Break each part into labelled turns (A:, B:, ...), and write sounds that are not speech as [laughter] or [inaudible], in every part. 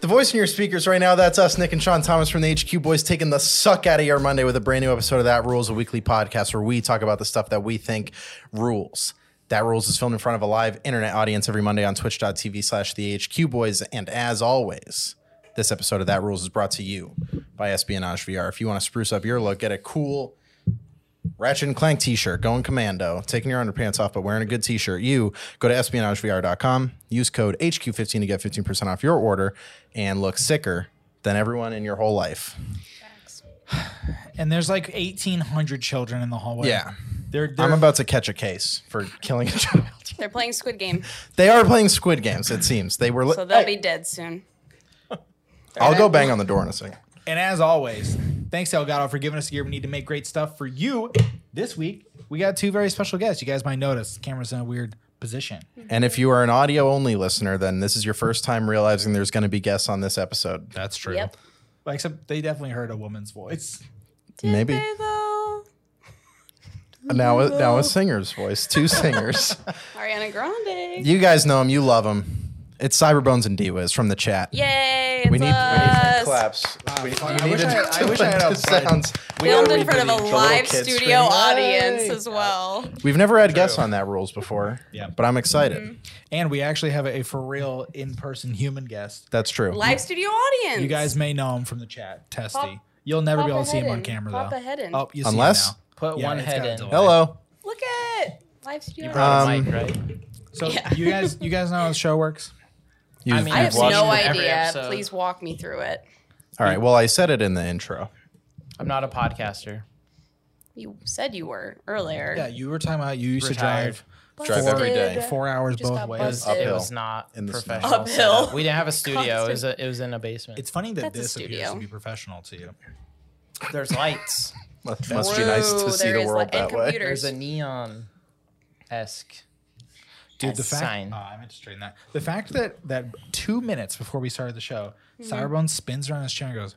A: The voice in your speakers right now, that's us, Nick and Sean Thomas from the HQ Boys, taking the suck out of your Monday with a brand new episode of That Rules, a weekly podcast where we talk about the stuff that we think rules. That Rules is filmed in front of a live internet audience every Monday on twitch.tv slash the HQ Boys. And as always, this episode of That Rules is brought to you by Espionage VR. If you want to spruce up your look, get a cool Ratchet and Clank t-shirt, going commando, taking your underpants off but wearing a good t-shirt. You go to espionagevr.com, use code HQ15 to get 15% off your order and look sicker than everyone in your whole life.
B: And there's like 1,800 children in the hallway.
A: Yeah.
B: They're, they're
A: I'm about to catch a case for killing a child. [laughs]
C: They're playing Squid [laughs] Game,
A: They are playing Squid Games, it seems. They were li-
C: so they'll
A: Hey,
C: be dead soon.
A: I'll go bang on the door in a second.
B: And as always, thanks Elgato for giving us a year we need to make great stuff for you. This week, we got two very special guests. You guys might notice the camera's in a weird position.
A: And if you are an audio only listener, then this is your first time realizing there's going to be guests on this episode.
B: That's true.
C: Yep.
B: Well, except they definitely heard a woman's voice.
A: Maybe.
C: Did they, though?
A: Now, a- now a singer's voice, two singers.
C: Ariana Grande.
A: You guys know him. You love him. It's Cyberbones and Diwas from the chat.
C: Yay! It's
A: We need, we need some
C: us.
A: claps. we,
B: fuck,
A: we
B: I
A: need
B: wish
A: to
B: I had-
A: [laughs]
B: I
A: do
B: wish I had
A: it.
B: a
A: This
B: button.
A: sounds-
C: Filmed in front of a
A: The little
C: live
A: kids
C: studio
A: screaming,
C: audience
A: "Hey!"
C: as well.
A: We've never had guests on that rules before.
B: Yeah.
A: But I'm excited.
C: Mm-hmm.
B: And we actually have a for real in person human guest.
A: That's true.
C: Live studio audience.
B: You guys may know him from the chat, Testy.
C: Pop-
B: You'll never
C: pop
B: be able
C: a
B: to see him
C: head
B: on
C: in.
B: camera
C: Pop
B: though.
C: a head in.
B: Oh, you see
A: Unless-
B: him now.
D: Put
B: Yeah,
D: one
B: it's
D: head
B: got a
D: in.
B: delay.
A: Hello.
C: Look at live studio.
A: brought-
C: audience.
D: Brought a
A: Um,
D: mic, right?
B: So
C: Yeah.
B: you guys, you guys know how the show
C: [laughs]
B: works.
A: You've,
D: mean,
C: I
A: you've
C: have
D: watched
C: no
D: every
C: idea.
D: episode.
C: Please walk me through it.
A: All right. Well, I said it in the intro.
D: I'm not a podcaster.
C: You said you were earlier.
B: Yeah, you were talking about you used
D: Retired.
B: to
A: Drive every
C: Busted.
A: day.
B: drive four hours
C: Just
B: both
C: got
B: ways.
C: busted.
D: It
A: Uphill.
D: was not
A: In the snow.
D: professional.
C: Uphill.
D: setup. We didn't have a studio. It was,
C: Constant.
D: a, it was in a basement.
B: It's funny that
C: That's a
B: this appears
C: studio.
B: to be professional to you.
D: There's lights.
A: Must, must be nice
C: True,
A: to see
C: there
A: the
C: is
A: world
C: like- and
A: that way.
C: computer.
D: There's a neon esque.
B: Dude, the
D: Yes.
B: fact
D: Sign.
B: Oh, I meant to straighten that. The fact that that two minutes before we started the show,
C: Mm-hmm.
B: Cyrone spins around his chair and goes,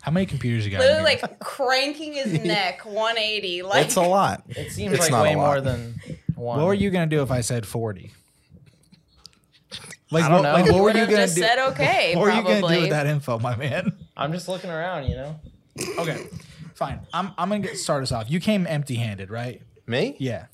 B: "How many computers you got?" in
C: Literally
B: here?"
C: like cranking
B: [laughs]
C: his neck 180.
A: [laughs]
C: Like
A: It's a lot.
D: It seems
A: It's not
D: like way
A: a lot.
D: more than one.
B: what were you gonna do if I said forty? Like,
D: I don't
B: what,
D: know.
B: like,
D: You
B: what were
C: would
B: you
C: have
B: gonna
C: just
B: do?
C: said okay.
B: what were you
C: probably.
B: gonna do with that info, my man?
D: I'm just looking around, you know?
B: Okay, fine. I'm I'm gonna get, start us off. You came empty-handed, right?
A: Me?
B: Yeah.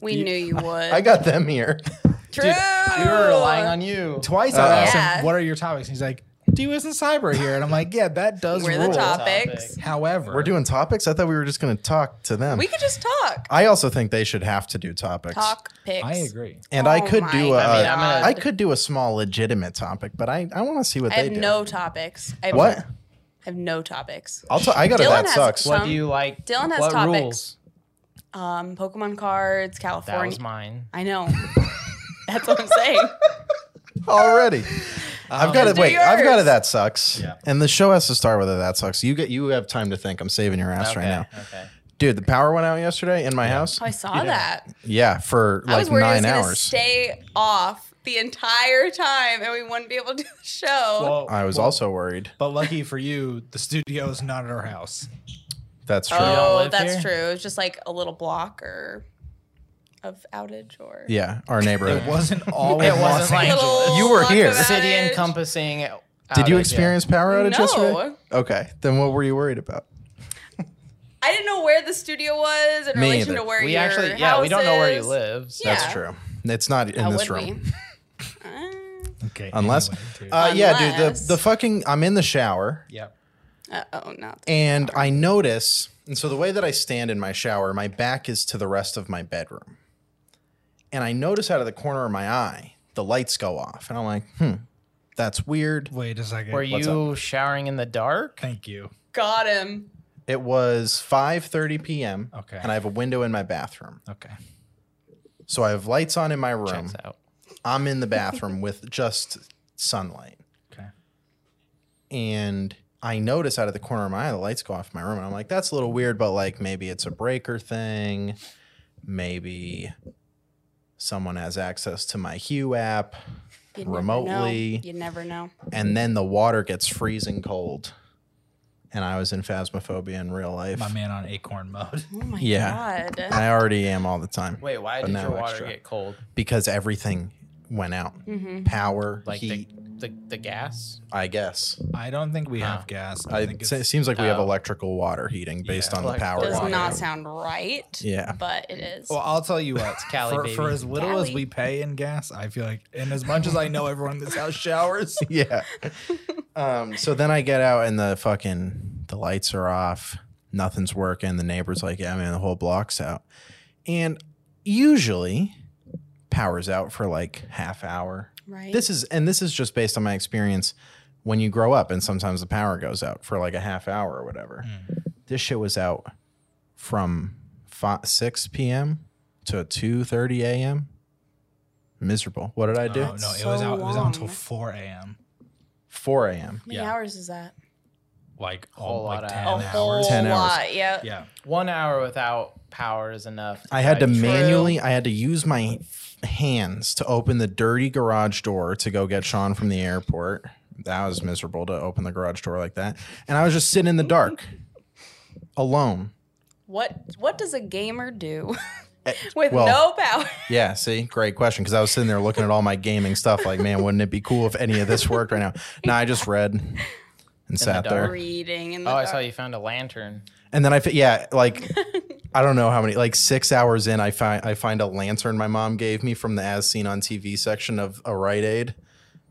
C: We knew you would.
A: I got them here. [laughs]
C: True. Oh.
D: We were relying on you.
B: Twice I asked
C: Yeah.
B: him, "What are your topics?" And he's like, "Do isn't cyber here?" And I'm like, "Yeah, that does
C: We're
B: rule."
C: the topics.
D: Topic.
B: However,
A: We're doing topics. I thought we were just going to talk to them.
C: We could just talk.
A: I also think they should have to do topics.
C: Talk picks.
B: I agree.
A: And I
C: Oh
A: could
C: my
A: do a,
D: I
A: I
D: mean, I'm gonna-
A: could do a small legitimate topic, but I, I want to see what
C: I
A: they
C: have
A: do.
C: no topics. I have,
A: What?
C: I have no topics.
A: I'll t- I got to
C: Dylan
A: that
C: has
A: sucks.
C: some-
D: What do you like?
C: Dylan has
D: what
C: topics.
D: rules?
C: Um, Pokemon cards,
D: That
C: California.
D: was mine.
C: I know. That's what I'm saying. [laughs]
A: already. I've got it.
C: do
A: Wait, I've got it.
C: yours.
A: That sucks.
B: Yeah.
A: And the show has to start with it. That sucks. You get. You have time to think. I'm saving your ass
D: Okay.
A: right now,
D: Okay.
A: dude. The power went out yesterday in my house.
C: Oh, I saw that.
A: Yeah, for
C: I
A: like
C: was worried
A: nine
C: it was gonna
A: hours.
C: stay off the entire time and we wouldn't be able to do the show.
B: Well,
A: I was
B: well,
A: also worried.
B: But lucky for you, the studio is not at our house.
A: [laughs] That's true.
D: don't
C: oh,
D: live
C: that's
D: here?
C: true. It was just like a little block or of outage or
A: Yeah, our neighborhood.
B: It
D: [laughs]
B: wasn't all.
D: It
B: in
D: wasn't
B: Los
D: like-
B: Angeles.
D: [laughs]
C: little
A: You were
C: block
A: here.
C: of
D: City
C: outage.
D: encompassing.
A: Did you
D: outage, yeah.
A: experience power outage
C: No.
A: yesterday? Okay, then what were you worried about?
C: I didn't know where the studio was in
A: Me
C: relation
A: either.
C: to where
D: We
C: your
D: actually, yeah, we don't know where you
C: house is.
D: live. So.
A: That's
C: Yeah.
A: true. It's not in
C: How
A: this
C: would
A: room.
C: we? Uh,
B: Okay,
A: Unless,
B: anyway, dude.
A: uh, yeah, dude,
C: Unless-
A: the, the fucking, I'm in the shower
B: yeah.
C: [laughs] Uh oh, not.
A: and I notice, and so the way that I stand in my shower, my back is to the rest of my bedroom. And I notice out of the corner of my eye, the lights go off. And I'm like, hmm, that's weird.
B: Wait a second.
D: Were
A: What's
D: you showering in the dark?
B: Thank you.
C: Got him.
A: It was 5.30 p.m.
B: Okay.
A: And I have a window in my bathroom.
B: Okay.
A: So I have lights on in my room.
D: Checks out.
A: I'm in the bathroom with just sunlight.
B: Okay.
A: and I notice out of the corner of my eye the lights go off in my room, and I'm like, that's a little weird, but like maybe it's a breaker thing, maybe someone has access to my Hue app,
C: You'd never
A: Remotely.
C: know. You never know.
A: and then the water gets freezing cold, and I was in phasmophobia in real life.
B: My man on acorn mode. [laughs]
C: Oh my
A: Yeah.
C: god.
A: I already am all the time.
D: Wait, why
A: But
D: did
A: now
D: your water
A: extra.
D: get cold?
A: because everything went out,
C: Mhm.
A: power,
D: Like the-
A: heat,
D: the, the gas?
A: I guess.
B: I don't think we have
D: Huh.
B: gas.
A: I,
B: think
A: it seems like we have
D: Oh.
A: electrical water heating based
B: Yeah.
A: on the
D: Elect-
A: power.
D: Does
C: Does
A: line.
C: not sound right.
A: Yeah.
C: But it is.
B: Well, I'll tell you what.
D: Cali,
B: for,
D: baby.
B: for as little as
C: Cali.
B: we pay in gas, I feel like, and as much as I know everyone in this
A: [laughs]
B: house showers,
A: yeah. Um, so then I get out and the fucking the lights are off, nothing's working. The neighbor's like, "Yeah, man, the whole block's out." And usually, power's out for like half hour.
C: right.
A: This is and this is just based on my experience when you grow up, and sometimes the power goes out for like a half hour or whatever.
B: Mm.
A: This shit was out from 5, six p.m. to two thirty a.m. Miserable. What did I do?
B: no, no, it was
C: So
B: out. It was out until
C: long.
B: four a.m.
A: Four a.m.
C: How many
B: yeah.
C: hours is that?
B: Like
D: Whole
B: like
D: lot
B: ten
C: A
D: of
B: hours.
C: whole
A: 10 hours.
C: lot. Yeah.
B: Yeah,
D: One hour without power is enough.
A: I had to
D: drive you-
A: manually, I had to use my hands to open the dirty garage door to go get Sean from the airport. That was miserable to open the garage door like that. And I was just sitting in the dark alone.
C: What What does a gamer do [laughs]
A: Eh,
C: with
A: well,
C: no power?
A: Yeah, see, great question. Because I was sitting there looking at all my gaming stuff, like, man, wouldn't it be cool if any of this worked right now? No, I just read and sat
D: dark.
A: there.
C: Reading in the
D: Oh, I
C: dark.
D: saw you found a lantern.
A: And then I, fi- yeah,
C: [laughs]
A: like I don't know how many, like six hours in, I find I find a lantern my mom gave me from the as seen on TV section of a Rite Aid,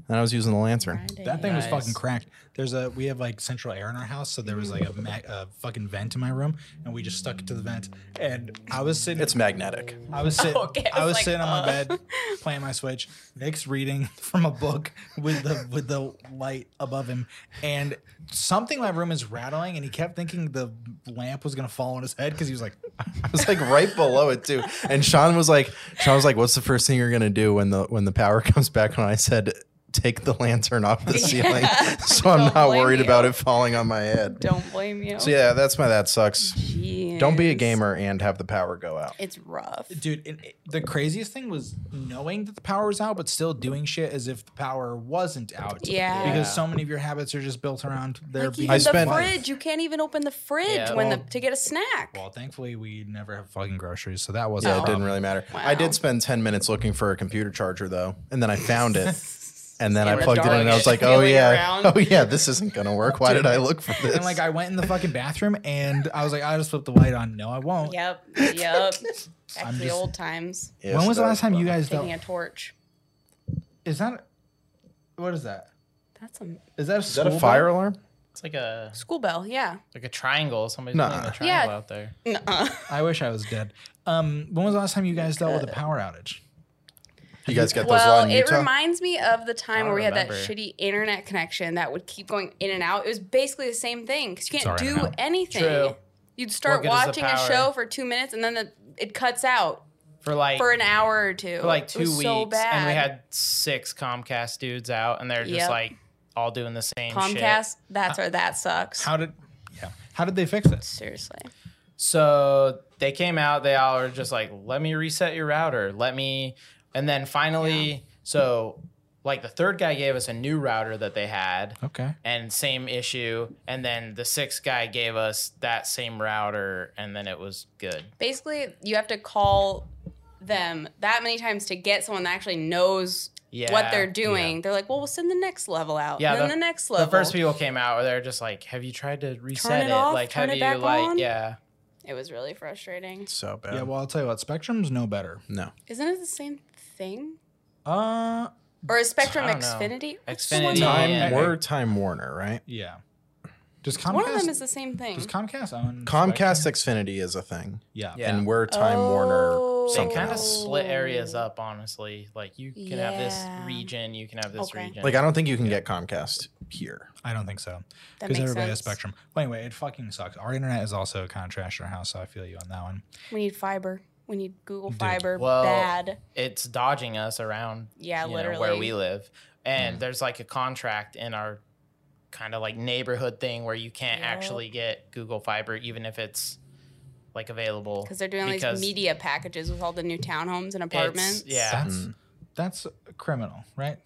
A: and I was using the lantern.
C: Friday.
B: that thing was
D: Nice.
B: fucking cracked. There's a we have like central air in our house, so there was like a, ma- a fucking vent in my room, and we just stuck it to the vent. And I was sitting.
A: It's magnetic.
B: I was sitting.
C: [laughs] Okay,
B: I was,
C: I was like,
B: sitting on my
C: uh. [laughs]
B: bed playing my Switch. Nick's reading [laughs] from a book with the with the light above him, and something in my room is rattling, and he kept thinking the lamp was gonna fall on his head because he was like,
A: I was like right below it too. And Sean was like, Sean was like, "What's the first thing you're gonna do when the when the power [laughs] comes back?" And I said, "Take the lantern off the ceiling,
C: [laughs] Yeah.
A: so I'm
C: Don't
A: not
C: blame
A: worried
C: you.
A: about it falling on my head."
C: Don't blame you.
A: So yeah, that's my that sucks.
C: Jeez.
A: Don't be a gamer and have the power go out.
C: It's rough.
B: "Dude, and it- the craziest thing was knowing that the power was out, but still doing shit as if the power wasn't out."
C: Yeah.
B: because
D: Yeah.
B: so many of your habits are just built around there
C: Like
B: being.
C: even
A: I
C: the
A: spent-
C: fridge, you can't even open the fridge
D: Yeah,
C: when
B: well-
C: the, to get a snack. [laughs]
B: Well, thankfully, we never have fucking groceries, so that wasn't.
A: Yeah,
B: a
A: it didn't
B: problem.
A: really matter. I
C: Um, Wow.
A: did spend 10 minutes looking for a computer charger though, and then I found
C: [laughs]
A: it. And then
C: In
A: I
C: the
A: plugged it in
C: dark,
A: and I was
D: [laughs]
A: like, oh
C: feeling
A: yeah. [laughs]
C: around.
A: Oh yeah, this isn't
C: [laughs]
A: going to work. Why did I look for this?
B: And like I went in the fucking bathroom and I was like, I just flip the light on. No, I
A: [laughs]
B: won't.
C: Yep. Yep. Back
B: I'm
C: to the
B: just-
C: old times.
A: Yes,
B: when was the
A: that
B: last time you
A: fun.
B: guys
C: Taking
B: dealt?
C: a torch.
B: Is that what is that?
C: That's a
B: Is that a,
A: Is that a fire alarm?
D: It's like a
C: school bell. Yeah.
D: like a triangle. Somebody's
A: Nah.
D: playing a triangle
C: Yeah.
D: out there.
C: Nuh-uh.
B: I wish I was dead. Um, when was the last time you guys dealt with a power outage?
A: You guys got those
C: Well,
A: on
C: it
A: Utah?
C: reminds me of the time
D: don't
C: where we had that
D: remember.
C: shitty internet connection that would keep going in and out. It was basically the same thing because you
B: all
C: can't
B: right, I
C: do
B: know.
C: anything.
D: True.
C: You'd start
D: good is the
C: watching a
D: power?
C: show for two minutes and then the, it cuts out
D: For like
C: for an hour or two.
D: for like
C: It
D: two
C: was
D: weeks,
C: so bad.
D: and we had six Comcast dudes out, and they're just
C: Yep.
D: like all doing the same
C: Comcast.
D: shit.
C: That's where that sucks.
B: How did yeah? How did they fix it?
C: Seriously.
D: So they came out. They all are just like, "Let me reset your router. Let me," and then finally, so like the third guy gave us a new router that they had.
B: Okay.
D: And same issue, and then the sixth guy gave us that same router, and then it was good.
C: Basically, you have to call them that many times to get someone that actually knows
D: Yeah,
C: what they're doing. They're like, well, we'll send the next level out.
D: Yeah,
C: and then
D: the-
C: the, next level.
D: The first people came out, where they're just like, "Have you tried to reset
C: it off,
D: like,
C: turn
D: have
C: it
D: you
C: back
D: like,
C: on?"
D: yeah,
C: it was really frustrating.
A: so bad.
B: Yeah. Well, I'll tell you what. Spectrum's no better.
A: no.
C: Isn't it the same thing?
B: Uh.
C: Or is Spectrum
D: I don't know.
C: Xfinity? What's the
D: Xfinity.
C: one-
A: Time
D: Yeah.
A: we're Time Warner, right?
B: Yeah. Does Comcast?
C: One of them is the same thing.
B: does Comcast own
A: Comcast
B: Spectrum?
A: Xfinity is a thing,
B: Yeah.
D: Yeah.
A: and we're Time Warner.
C: Oh.
D: they
A: Something
D: kind of
A: else.
D: split areas up. Honestly, like you can have this
C: Yeah.
D: region, you can have this
C: Okay.
D: region.
A: Like I don't think you can get Comcast here.
B: I don't think so.
C: That
B: Because
C: makes
B: everybody has
C: sense.
B: Spectrum. Well, anyway, it fucking sucks. Our internet is also kind of trash in our house, so I feel you on that one.
C: We need fiber. We need Google
B: Dude.
C: Fiber
D: Well,
C: bad.
D: it's dodging us around
C: Yeah,
D: you know,
C: literally.
D: where we live and
A: Mm-hmm.
D: there's like a contract in our kind of like neighborhood thing where you can't
C: Yep.
D: actually get google fiber even if it's like available
C: because they're doing all
D: because
C: these media packages with all the new townhomes and apartments.
D: yeah.
B: That's
A: Mm.
B: that's criminal, right?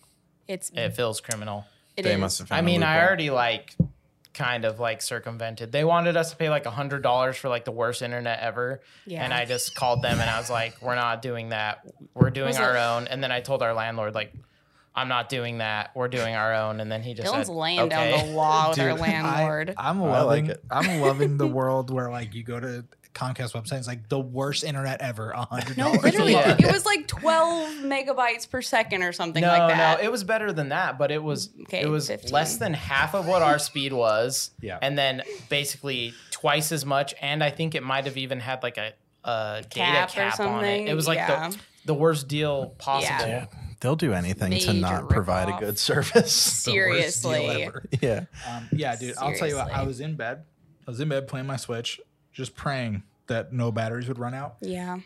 C: it's
D: it feels criminal
C: it
A: they
C: is.
A: must have. Found
D: i
A: a
D: mean i
A: loophole.
D: already like kind of like circumvented they wanted us to pay like a hundred dollars for like the worst internet ever
C: Yeah.
D: and i just called them and i was like we're not doing that we're doing
C: Was
D: our
C: it-
D: own and then i told our landlord like I'm not doing that. We're doing our own. And then he just
C: Dylan's
D: said,
C: laying
D: "Okay."
C: down the law with our
B: Dude, [laughs]
C: landlord.
B: I, am
A: I like
B: loving.
A: it.
B: I'm loving
C: [laughs]
B: the world where like you go to Comcast website. It's like the worst internet ever. a hundred
C: no,
B: dollars.
C: [laughs] literally,
D: Yeah.
C: it was like 12 megabytes per second or something
D: no,
C: like that.
D: No, it was better than that, but it was
C: Okay,
D: it was
C: 15.
D: less than half of what our speed was.
A: [laughs] Yeah.
D: And then basically twice as much. And I think it might have even had like a, a
C: Cap
D: data
C: or
D: cap on it. It
C: something,
D: was like
C: yeah.
D: the the worst deal possible.
C: Yeah.
A: They'll do anything
C: Major
A: to not provide
C: ripoff.
A: a good service. [laughs]
B: The worst deal
C: Seriously.
B: ever.
A: yeah.
B: Um, yeah, dude. I'll tell you what. I
C: Seriously.
B: was in bed. I was in bed playing my Switch, just praying that no batteries would run out.
C: Yeah.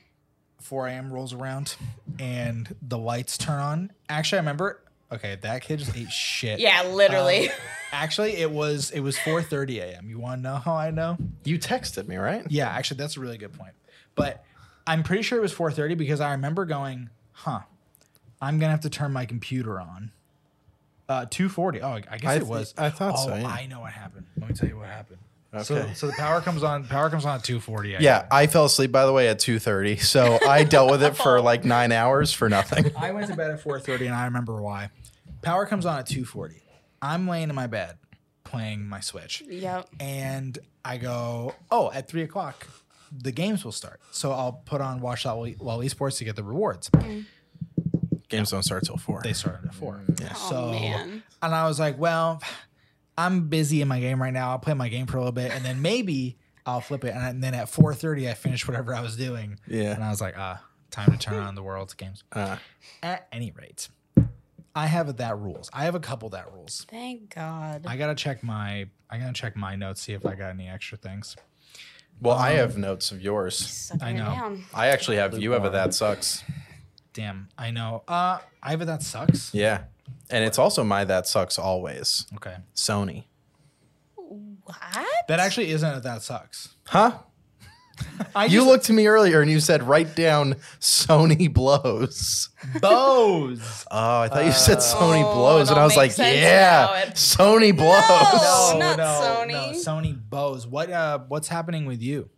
B: 4 a.m. rolls around and the lights turn on. Actually, I remember. Okay, that kid just ate shit.
C: Yeah, literally.
B: Um,
D: [laughs]
B: actually, it was it was 4:30 a.m. You want to know how I know?
A: You texted me, right?
B: Yeah, actually, that's a really good point. But I'm pretty sure it was 4:30 because I remember going, "Huh, I'm gonna have to turn my computer on." Uh, 2:40. Oh, I guess
A: I
B: it
A: th-
B: was.
A: I thought
B: oh,
A: so, yeah.
B: I know what happened. Let me tell you what happened. So,
A: Okay.
B: so the power comes on. Power comes on at 2:40. I
A: Yeah,
B: guess.
A: I fell asleep by the way at 2:30. So I dealt with it for like 9 hours for nothing.
B: I went to bed at 4:30, and I remember why. Power comes on at 2:40. I'm laying in my bed playing my Switch.
C: yep.
B: and I go, oh, at three o'clock, the games will start. So I'll put on Watch That While E, While Esports to get the rewards.
A: [laughs] Games don't start till Uh, 4.
B: They started at four.
C: Oh,
B: So,
C: man.
B: and I was like, well, I'm busy in my game right now. I'll play my game for a little bit, and then maybe I'll flip it. And then at 4:30, I finished whatever I was doing.
A: Yeah.
B: And I was like, ah, time to turn on the world's games.
A: Uh,
B: At any rate, I have a that rules. I have a couple that rules.
C: Thank God.
B: I gotta check my I gotta check my notes see if I got any extra things.
A: well, I have notes of yours.
C: Sucking
B: I
C: it
B: know.
C: down.
A: I actually have you have a
D: Lukewarm.
A: that sucks.
B: Damn, I know. Uh, I have a that sucks.
A: Yeah. And it's also my that sucks always.
B: Okay.
A: Sony.
C: What?
B: That actually isn't a that sucks.
A: Huh?
B: I
A: You
B: just-
A: looked to me earlier and you said write down Sony blows.
D: Bose.
A: Oh, I thought you said Sony
C: Oh,
A: blows, and
C: it'll
A: I was
C: make
A: like,
C: sense now.
A: yeah,
C: It-
A: Sony blows. [laughs]
C: No. not Sony.
B: Oh, No, Sony Bose. What uh what's happening with you?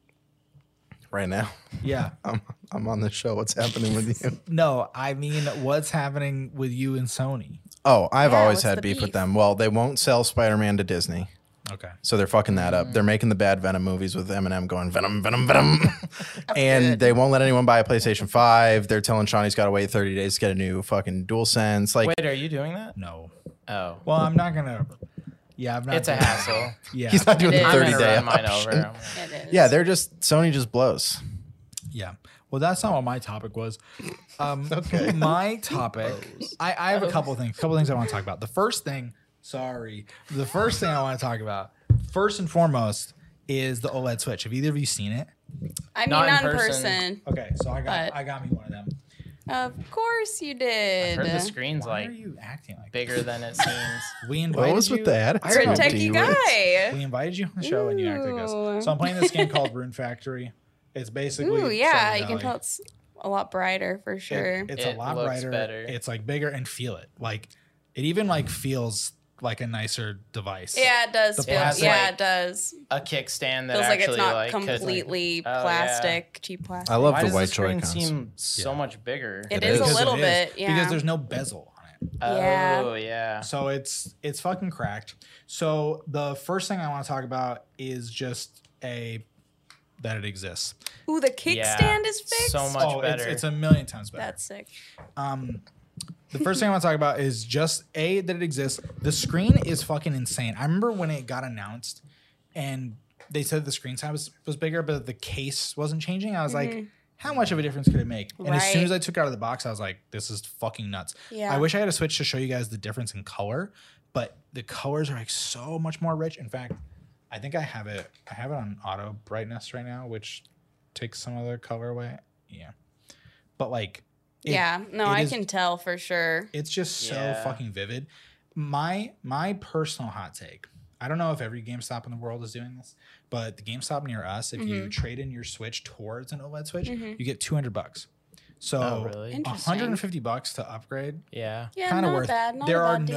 A: Right now,
B: Yeah.
A: I'm I'm on the show. What's happening with you?
B: No, I mean what's happening with you and Sony?
A: Oh, I've
C: Yeah,
A: always
C: what's
A: had
C: the
A: beef, with
C: beef?
A: them. Well, they won't sell Spider-Man to Disney,
B: Okay.
A: so they're fucking that up. They're making the bad Venom movies with Eminem going Venom, Venom,
C: [laughs]
A: Venom, [laughs] and
C: good.
A: they won't let anyone buy a PlayStation Five. They're telling Sean he's got to wait 30 days to get a new fucking DualSense. Like
D: Wait, are you doing that?
B: No.
D: Oh.
B: Well, I'm not gonna Yeah, I'm not
D: It's a
A: [laughs]
B: gonna-
D: hassle.
A: [laughs]
B: Yeah.
A: he's not doing
C: It
A: the
C: is.
D: I'm
A: 30
D: gonna
A: day
D: run mine
A: option.
D: over.
C: It
A: [laughs]
C: is.
A: Yeah, they're just Sony just blows.
B: Yeah. Well, that's not what my topic was. Um, [laughs]
A: Okay.
B: My topic. I, I
C: Oh.
B: have a couple things. Couple things I want to talk about. The first thing. Sorry. The first thing I want to talk about. First and foremost is the OLED Switch. Have either of you seen it?
C: I mean,
D: Not in
C: not in
D: person.
C: person.
B: Okay. So I got
C: But-
B: I got me one of them.
C: Of course you
D: I
C: did.
D: heard the screen's
B: Why
D: like
B: are you acting like
D: bigger than it seems.
B: That? We invited
A: What was
B: you,
A: with that?
B: I
C: You're a
B: don't know.
C: techie guy.
B: We invited you on the show and you acted like
C: Ooh.
B: this. So I'm playing this game called Rune Factory. It's basically.
C: Ooh, yeah.
B: Stardew
C: You can
B: Valley.
C: tell it's a lot brighter for
B: It-
C: sure.
B: it's
D: It
B: a lot
D: looks
B: brighter.
D: better.
B: It's like bigger and feel it. Like it even like feels like a nicer device.
C: yeah,
B: the
C: it does. Feel,
D: plastic-
C: yeah,
D: like-
C: it does.
D: A kickstand that
C: Feels like
D: actually
C: it's not
D: like, could-
C: completely
D: Oh, yeah.
C: plastic, cheap plastic.
A: I love
D: Why
A: the
D: does
A: white
D: the screen
A: Joy-Cons.
D: seem so
B: Yeah.
D: much bigger?
C: It
A: is a
B: Because
C: little
B: it
C: bit, yeah.
B: Because there's no bezel on it.
C: Yeah.
D: Oh yeah.
B: So it's it's fucking cracked. So the first thing I want to talk about is just a that it exists.
C: Ooh, the kickstand
D: Yeah.
C: is fixed.
D: So much
B: oh,
D: better.
B: It's, it's a million times better.
C: That's sick.
B: um the first thing I want to talk about is just a that it exists. The screen is fucking insane. I remember when it got announced and they said the screen size was bigger, but the case wasn't changing. I was like, how much of a difference could it make? And as soon
C: Mm-hmm. Right.
B: as I took it out of the box, I was like, this is fucking nuts.
C: Yeah.
B: I wish I had a switch to show you guys the difference in color, but the colors are like so much more rich. In fact, I think I have it. I have it on auto brightness right now, which takes some of the color away. Yeah, but like, it-
C: yeah. No,
B: it
C: I
B: is-
C: can tell for sure.
B: it's just so
D: Yeah.
B: fucking vivid. My my personal hot take. I don't know if every GameStop in the world is doing this, but the GameStop near us, if
C: Mm-hmm.
B: you trade in your Switch towards an OLED Switch, you get two hundred bucks. So
D: oh really?
C: Interesting.
B: 150 bucks to upgrade
D: Yeah.
C: Yeah,
B: kind of
C: not
B: worth.
C: bad. Not
B: there
C: a
B: are
C: bad deal.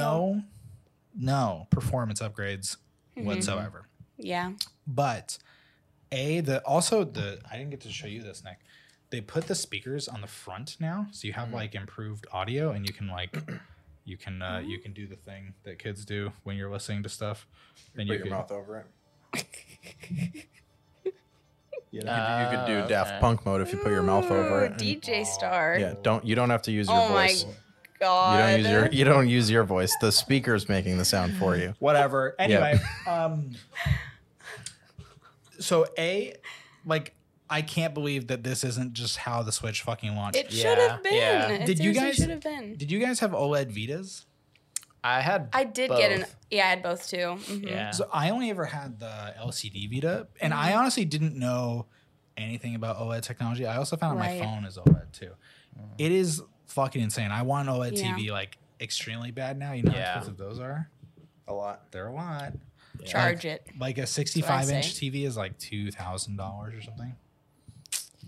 B: no no performance upgrades
C: Mm-hmm.
B: whatsoever.
C: Yeah. [laughs]
B: But a the also the I didn't get to show you this Nick. They put the speakers on the front now, so you have like improved audio and you can like you can uh, you can do the thing that kids do when you're listening to stuff. And
A: Put
B: you
A: your
B: can,
A: mouth over it. You,
D: Ah,
A: could, you could do
D: okay.
A: Daft Punk mode if you put your mouth over
C: Ooh,
A: it. and-
C: DJ Star.
A: yeah, don't you don't have to use your
C: Oh my
A: voice. You
C: god.
A: don't use your you don't use your voice. The speaker's making the sound for you.
B: whatever. Anyway, um, so a like I can't believe that this isn't just how the Switch fucking launched.
C: it should have
D: Yeah,
C: been.
D: yeah.
C: It
B: Did you
C: seriously
B: guys-
C: should have been.
B: Did you guys have OLED Vitas?
D: I had.
C: I did get an
D: Both.
C: yeah, I had both too. Mhm.
D: yeah.
B: So I only ever had the LCD Vita, and
C: Mm-hmm.
B: I honestly didn't know anything about OLED technology. I also found out
C: Right.
B: my phone is OLED too.
D: Mm.
B: It is fucking insane. I want an E OLED
C: Yeah.
B: TV like extremely bad now. You know
D: Yeah.
B: how expensive those are?
A: A lot.
B: They're a lot.
C: Charge it.
B: Like a 65 inch
C: say.
B: TV is like two thousand dollars or something.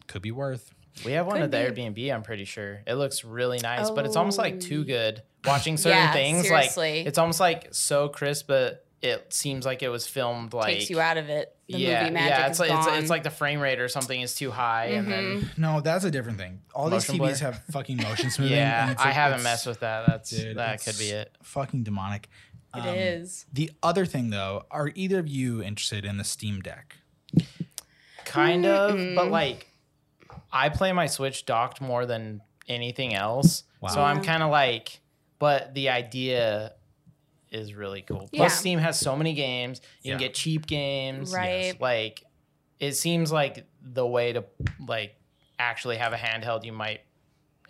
B: Could be worth.
D: We have one
C: Could
D: at the
C: be.
D: Airbnb. I'm pretty sure it looks really nice, but it's almost
C: Oh.
D: like too good.
C: [laughs]
D: Watching certain
C: Yeah,
D: things,
C: seriously.
D: like it's almost like so crisp, but it seems like it was filmed like
C: Takes you out of it. The
D: yeah,
C: movie magic
D: yeah.
C: is
D: It's like it's,
C: gone. Mm-hmm.
D: it's like the frame rate or something is too high, and then
B: No, that's a different thing. All
D: Motion
B: these
D: blur?
B: TVs have fucking
D: [laughs]
B: motion smoothing.
D: yeah,
B: and it's
D: I
B: like-
D: haven't
B: it's-
D: messed with that. That's
B: dude,
D: that
B: it's
D: could be it.
B: Fucking demonic.
C: It
B: Um,
C: is.
B: The other thing, though, are either of you interested in the Steam Deck?
D: Kind of, but
C: Mm-mm.
D: like I play my Switch docked more than anything else, so
B: Wow.
D: I'm kind of like, but the idea is really cool.
C: Yeah.
D: Plus, Steam has so many games. You can
B: Yeah.
D: get cheap games.
C: Right.
D: Like, it seems like the way to like actually have a handheld you might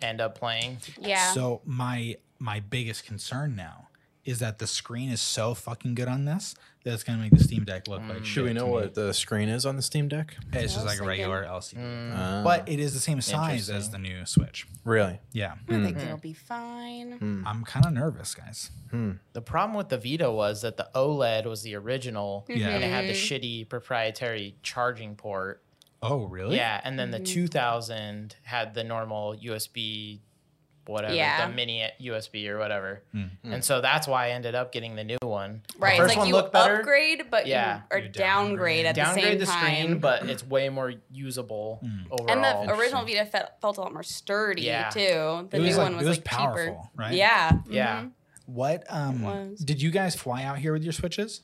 D: end up playing.
C: Yeah.
B: So my my biggest concern now is that the screen is so fucking good on this that it's gonna make the Steam Deck look like.
A: Mm. Should
B: shit
A: we know
B: to me.
A: what the screen is on the Steam Deck?
B: It's
C: I
B: just
C: was
B: like a
C: thinking-
B: regular LCD,
D: Mm.
A: Uh,
B: but it is the same size as
D: Interesting.
B: the new Switch.
A: really, Hmm.
B: Yeah,
C: I
D: hmm.
C: think it'll be fine.
A: Mm.
B: I'm kind of nervous, guys.
D: The problem with the Vita was that the OLED was the original,
B: Yeah.
D: and it had the
C: Mm-hmm.
D: shitty proprietary charging port.
B: Oh, really?
D: Yeah, and then the
C: Mm-hmm.
D: 2000 had the normal USB, whatever,
C: Yeah.
D: the mini USB or whatever.
B: Mm.
D: And so that's why I ended up getting the new one.
C: Right.
D: The first
C: like
D: one
C: you
D: looked better.
C: upgrade, but
D: Yeah.
C: you are
B: You
C: downgrade,
B: downgrade.
C: at
D: Downgrade
C: the
D: the,
C: same time.
D: screen, but it's way more usable
B: Mm.
C: and
D: overall.
C: the original Vita fe- felt a lot more sturdy
D: Yeah.
C: too. The
B: It was
C: new
B: like-
C: one was,
B: it was
C: like cheaper.
B: powerful, right?
C: Yeah.
D: yeah.
C: mhm.
B: What? Um,
C: was.
B: did you guys fly out here with your Switches?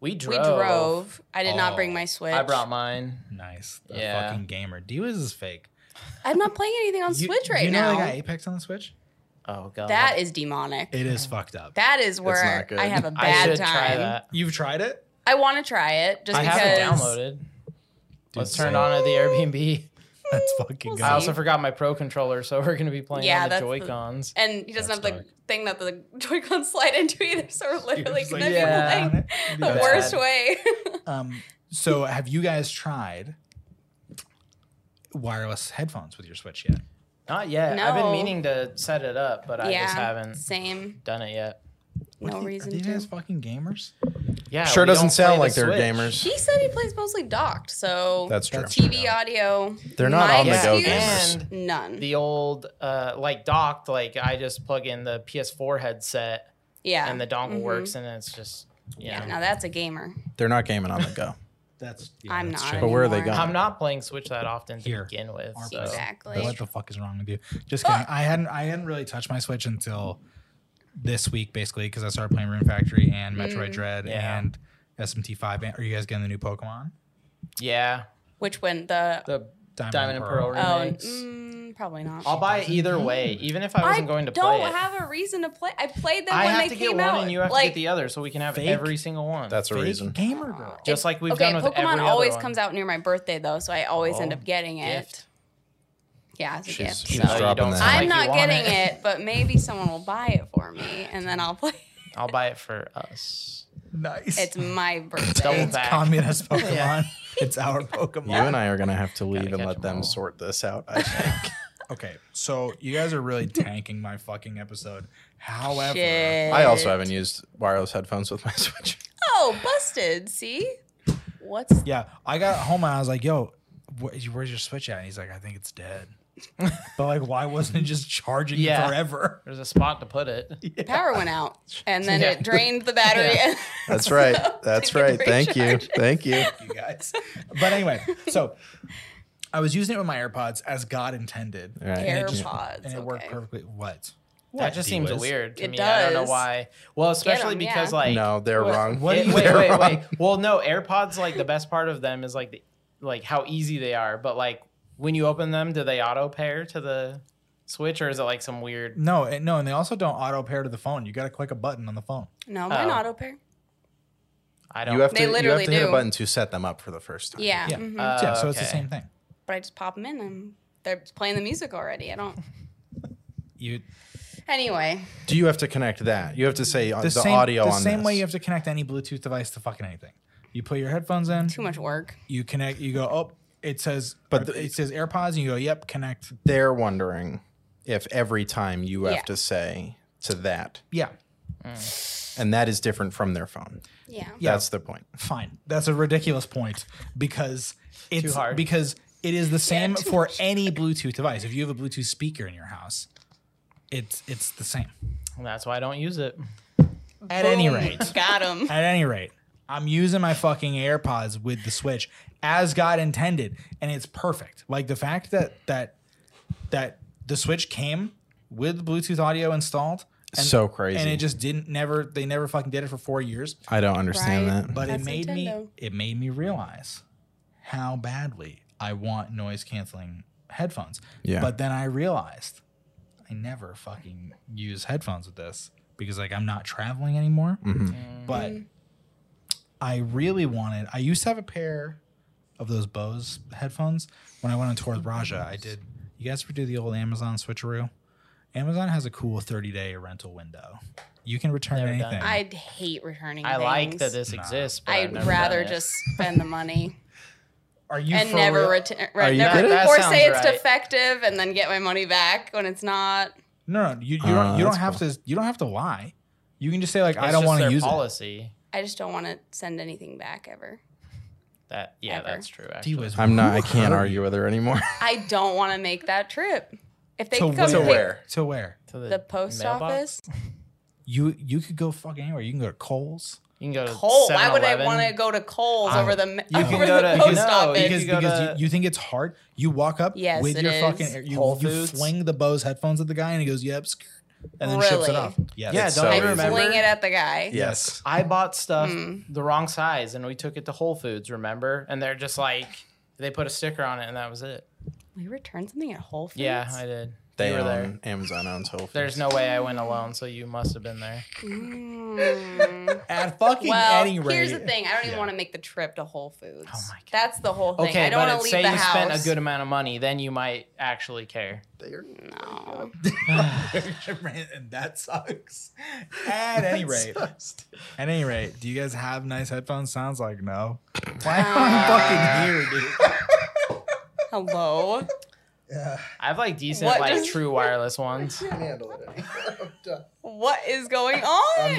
D: We drove.
C: We drove. I did not bring
B: Oh.
C: my Switch.
D: I brought mine.
B: Nice. The
D: Yeah.
B: fucking gamer. D Wiz is fake.
C: I'm not playing anything on
B: You-
C: Switch right
B: you know
C: now.
B: They got Apex on the Switch.
D: Oh, God.
C: that is demonic.
B: It is fucked up.
C: that is where
A: not good.
C: I have a
D: I
C: bad
D: should
C: time.
D: try that.
B: You've tried it?
C: I want to try it just
D: I
C: because.
D: have it downloaded. Let's turn
B: same.
D: it on at the Airbnb.
B: That's fucking
C: We'll
B: good.
D: I also
C: See?
D: forgot my Pro controller, so we're going to be playing
C: Yeah,
D: on the
C: that's the-
D: Joy-Cons.
C: And he doesn't
B: That's
C: have the thing that the [laughs] Joy-Con slide into either, so we're literally
B: Just
C: gonna
B: like,
C: be
D: yeah.
C: playing the
D: Bad.
C: worst way.
B: Um, so have you guys tried wireless headphones with your Switch yet?
D: Not yet. I've
C: No.
D: been meaning to set it up, but I
C: yeah,
D: just haven't
C: same.
D: done it yet.
B: What
C: No
B: do you-
C: reason
B: Are these
C: to.
B: guys fucking gamers?
D: Yeah,
A: sure
D: we
A: doesn't
D: don't play
A: sound
D: the
A: like they're gamers.
D: Switch. [laughs]
C: He said he plays mostly docked, so
A: That's true.
B: That's
C: TV audio.
A: They're not
C: my
A: on the go
C: excuse,
D: gamers.
C: None.
D: The old, uh, like docked, like I just plug in the PS4 headset
C: yeah.
D: and the dongle
C: Mhm.
D: works, and it's just, you
C: Yeah.
D: know.
C: Now that's a gamer.
A: They're not gaming on the go.
B: That's
C: I'm
B: that's
C: not.
B: true.
A: But where are they
C: anymore.
A: going?
D: I'm not playing Switch that often to
B: Here.
D: begin with.
B: Our
D: So.
B: place.
C: Exactly.
B: What the fuck is wrong with you? Just
C: [laughs]
B: kidding. I hadn't I hadn't really touched my Switch until this week, basically, because I started playing Rune Factory and
C: Mm.
B: Metroid Dread
D: Yeah.
B: and SMT5. Are you guys getting the new Pokemon?
D: Yeah,
C: Which one? The
D: the Diamond and Pearl
C: oh,
D: remakes.
C: mm, probably not.
D: I'll buy it either way, even if I wasn't going to
C: Mm-hmm. don't
D: play it.
C: have a reason to play. I played them
D: I
C: when
D: have
C: they
D: to
C: came
D: get one,
C: out.
D: and you have
C: like,
D: to get the other, so we can have
B: Fake.
D: every single one.
A: That's a
B: Fake
A: reason.
B: gamer girl.
C: Oh.
D: just like we've
C: okay,
D: done with
C: Pokemon
D: every other
C: always
D: one.
C: comes out near my birthday though, so I always end
D: Oh,
C: up getting it.
D: gift.
C: Yeah, it's a
A: She's-
C: gift.
A: she's
D: No, you
A: dropping
D: don't
A: that.
D: sound like
C: I'm
D: you
C: not
D: want
C: getting it. but maybe someone will buy it for me, and then I'll play.
D: I'll buy it for us.
B: Nice.
C: It's
D: [laughs]
C: my
D: Double
C: birthday.
B: It's
D: back. [laughs]
B: communist Pokemon. It's our Pokemon.
A: You and I are gonna have to leave and
D: catch
A: let
D: 'em
A: them
D: all.
A: sort this out.
D: [laughs]
A: I think.
B: Okay, so you guys are really tanking my fucking episode. However,
C: Shit.
A: I also haven't used wireless headphones with my [laughs] Switch.
C: Oh, busted! See, what's
B: yeah, I got home and I was like, "Yo, wh- where's your Switch at?" And he's like, "I think it's
D: [laughs]
B: dead." but like, why wasn't it just charging
D: Yeah.
B: forever? [laughs]
D: There's a spot to put it.
C: the power went out, and then
D: Yeah.
C: it drained the battery. [laughs]
A: That's right.
C: So, [laughs]
D: [laughs]
A: That's
C: they can
A: right. Thank
C: [laughs]
A: you.
C: recharge it.
A: Thank you.
B: You guys. but anyway, so I was using it with my AirPods as God intended,
A: All right.
B: Yeah. it just-
C: AirPods.
B: and it worked
C: okay.
B: perfectly. What?
D: That just seems
A: D-Wiz?
D: weird to
C: It
D: me. I don't
C: does.
D: know why. Well, especially
C: 'em,
D: because
C: yeah.
D: like
A: no, they're
D: What-
A: wrong.
D: What,
A: They're
D: wait, wait,
A: wrong.
D: wait. Well, no, AirPods like the best part of them is like the, like how easy they are, but like when you open them, do they auto pair to the Switch or is it like some weird?
B: No, and- no, and they also don't auto pair to the phone. You got to click a button on the phone.
C: No, mine
D: Oh.
C: auto pair.
D: I don't.
A: You have
C: They
A: to, you have
C: literally
A: to hit a
C: do.
A: button to set them up for the first time.
C: Yeah.
B: Yeah.
C: mhm.
D: Uh,
B: yeah, so it's the
D: okay.
B: same thing.
C: But I just pop them in and they're playing the music already. I don't.
B: You
C: Anyway,
A: Do you have to connect that? You have to say uh,
B: the,
A: the,
B: same
A: audio
B: the
A: on
B: same
A: this.
B: way you have to connect any Bluetooth device to fucking anything. You put your headphones in,
C: too much work.
B: you connect, you go, oh, it says,
A: But
B: but
A: the-
B: it says AirPods, and you go, yep, connect.
A: They're wondering if every time you have
C: Yeah.
A: to say to that,
B: Yeah,
A: and that is different from their phone.
C: Yeah.
B: Yeah.
A: That's the point.
B: fine. That's a ridiculous point because it's
D: hard.
B: because it is the same for any Bluetooth device. If you have a Bluetooth speaker in your house, it's it's the same.
D: That's why I don't use it.
B: At any
C: Boom.
B: rate,
C: [laughs]
B: [laughs]
C: Got him.
B: At any rate, I'm using my fucking AirPods with the Switch as God intended, and it's perfect. Like the fact that that that the Switch came with Bluetooth audio installed, and,
A: So crazy.
B: and it just didn't never they never fucking did it for four years.
A: I don't understand
C: Right.
A: that.
B: But
C: That's
B: it made
C: Nintendo.
B: me it made me realize how badly I want noise canceling headphones.
A: Yeah.
B: But then I realized I never fucking use headphones with this because like I'm not traveling anymore.
C: Mm.
B: But I really wanted I used to have a pair of those Bose headphones when I went on tour with Raja. I did you guys ever do the old Amazon switcheroo? Amazon has a cool 30 day rental window. You can return
D: Never done
B: anything.
D: it.
C: I'd hate returning.
D: I like
C: things.
D: that this exists. But I've
C: I'd
D: never
C: rather
D: done it.
C: just spend the money
B: Are [laughs] you
C: and
B: for
C: never
B: real?
C: return.
A: Are
C: Right,
A: you
C: never
A: kidding?
D: That
C: or
D: sounds
C: say it's
D: right.
C: defective and then get my money back when it's not.
B: No, no, you, you
A: Uh,
B: don't. You don't
A: that's
B: have to. You don't have to lie. You can just say like, I
D: It's
B: don't
D: just
B: want
D: their
B: to use
D: policy.
C: I just don't want to send anything back ever.
D: That yeah,
C: Ever.
D: that's true.
B: it.
D: Actually.
B: Gee whiz,
A: I'm not.
B: who
A: I can't
B: hurt
A: argue with her
B: [laughs]
A: anymore.
C: I don't want to make that trip. If they
B: To
C: could come
B: where?
C: pick
A: Where?
B: you? To where?
D: To
C: the post
D: mailbox?
C: office,
B: You you could go fucking anywhere. You can go to Coles
D: You can go to
C: Cole. Why would I
D: 7-Eleven.
C: want to go to Coles
D: I-
C: over the ma-
D: you
C: [laughs]
D: can
C: over
D: go
C: the
D: to-
C: post
D: no,
C: office?
D: you
B: because
D: can go
B: because
D: to-
B: you, you think it's hard. You walk up
C: Yes,
B: with
C: it
B: your
C: is.
B: fucking you,
D: Whole
B: you
D: Foods?
B: fling the Bose headphones at the guy and he goes yep, sk- and then ships it
C: Really?
B: off. Yes.
D: Yeah,
A: It's
D: don't
A: so
D: you
A: easy.
C: I
D: remember?
C: fling it at the guy.
A: Yes.
D: I bought stuff
C: Hmm.
D: the wrong size and we took it to Whole Foods, remember? And they're just like, they put a sticker on it and that was it.
C: We returned something at Whole Foods.
D: Yeah,
C: [laughs]
D: I did.
A: They
D: you were
A: own
D: there.
A: Amazon owns Whole Foods.
D: There's no way I went alone, so you must have been there. [laughs]
C: Mm.
B: At fucking
C: well,
B: any rate.
C: here's the thing. I don't even
B: Yeah.
C: want to make the trip to Whole Foods.
D: Oh my God.
C: That's the whole thing.
D: Okay,
C: I don't
D: but
C: want to
D: it-
C: leave
D: say
C: the
D: you
C: house.
D: spent a good amount of money, then you might actually care. [laughs]
C: no.
B: [laughs] and that sucks. At any rate. At any rate, do you guys have nice headphones? Sounds like
D: [laughs]
B: no. Why am I fucking here, dude?
C: Hello.
D: I have like decent,
C: What
D: like
C: does- [laughs]
D: true wireless ones.
A: handle [laughs] it. I'm done.
C: What
A: [laughs]
C: is going on?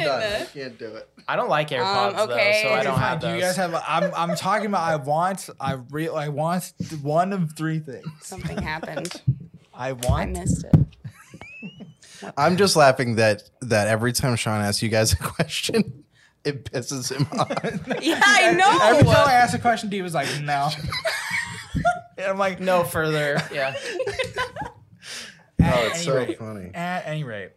A: can't do it.
D: I don't like AirPods
C: Um, okay.
D: though, so I don't
B: Fine,
D: have
B: do
D: those.
B: You guys have. I'm. I'm talking about. I want. I re. I want one of three things.
C: Something
D: [laughs]
C: happened.
B: I
C: I
B: want.
C: missed it.
A: I'm just laughing that that every time Sean asks you guys a question, [laughs] it pisses him
B: [laughs]
A: off.
C: Yeah, I
B: Every time I
C: know.
B: asked a question, D was like, "No." [laughs] and I'm like,
D: no further. Yeah.
B: At
A: Oh, it's
B: any
A: so
B: rate,
A: funny.
B: At any rate,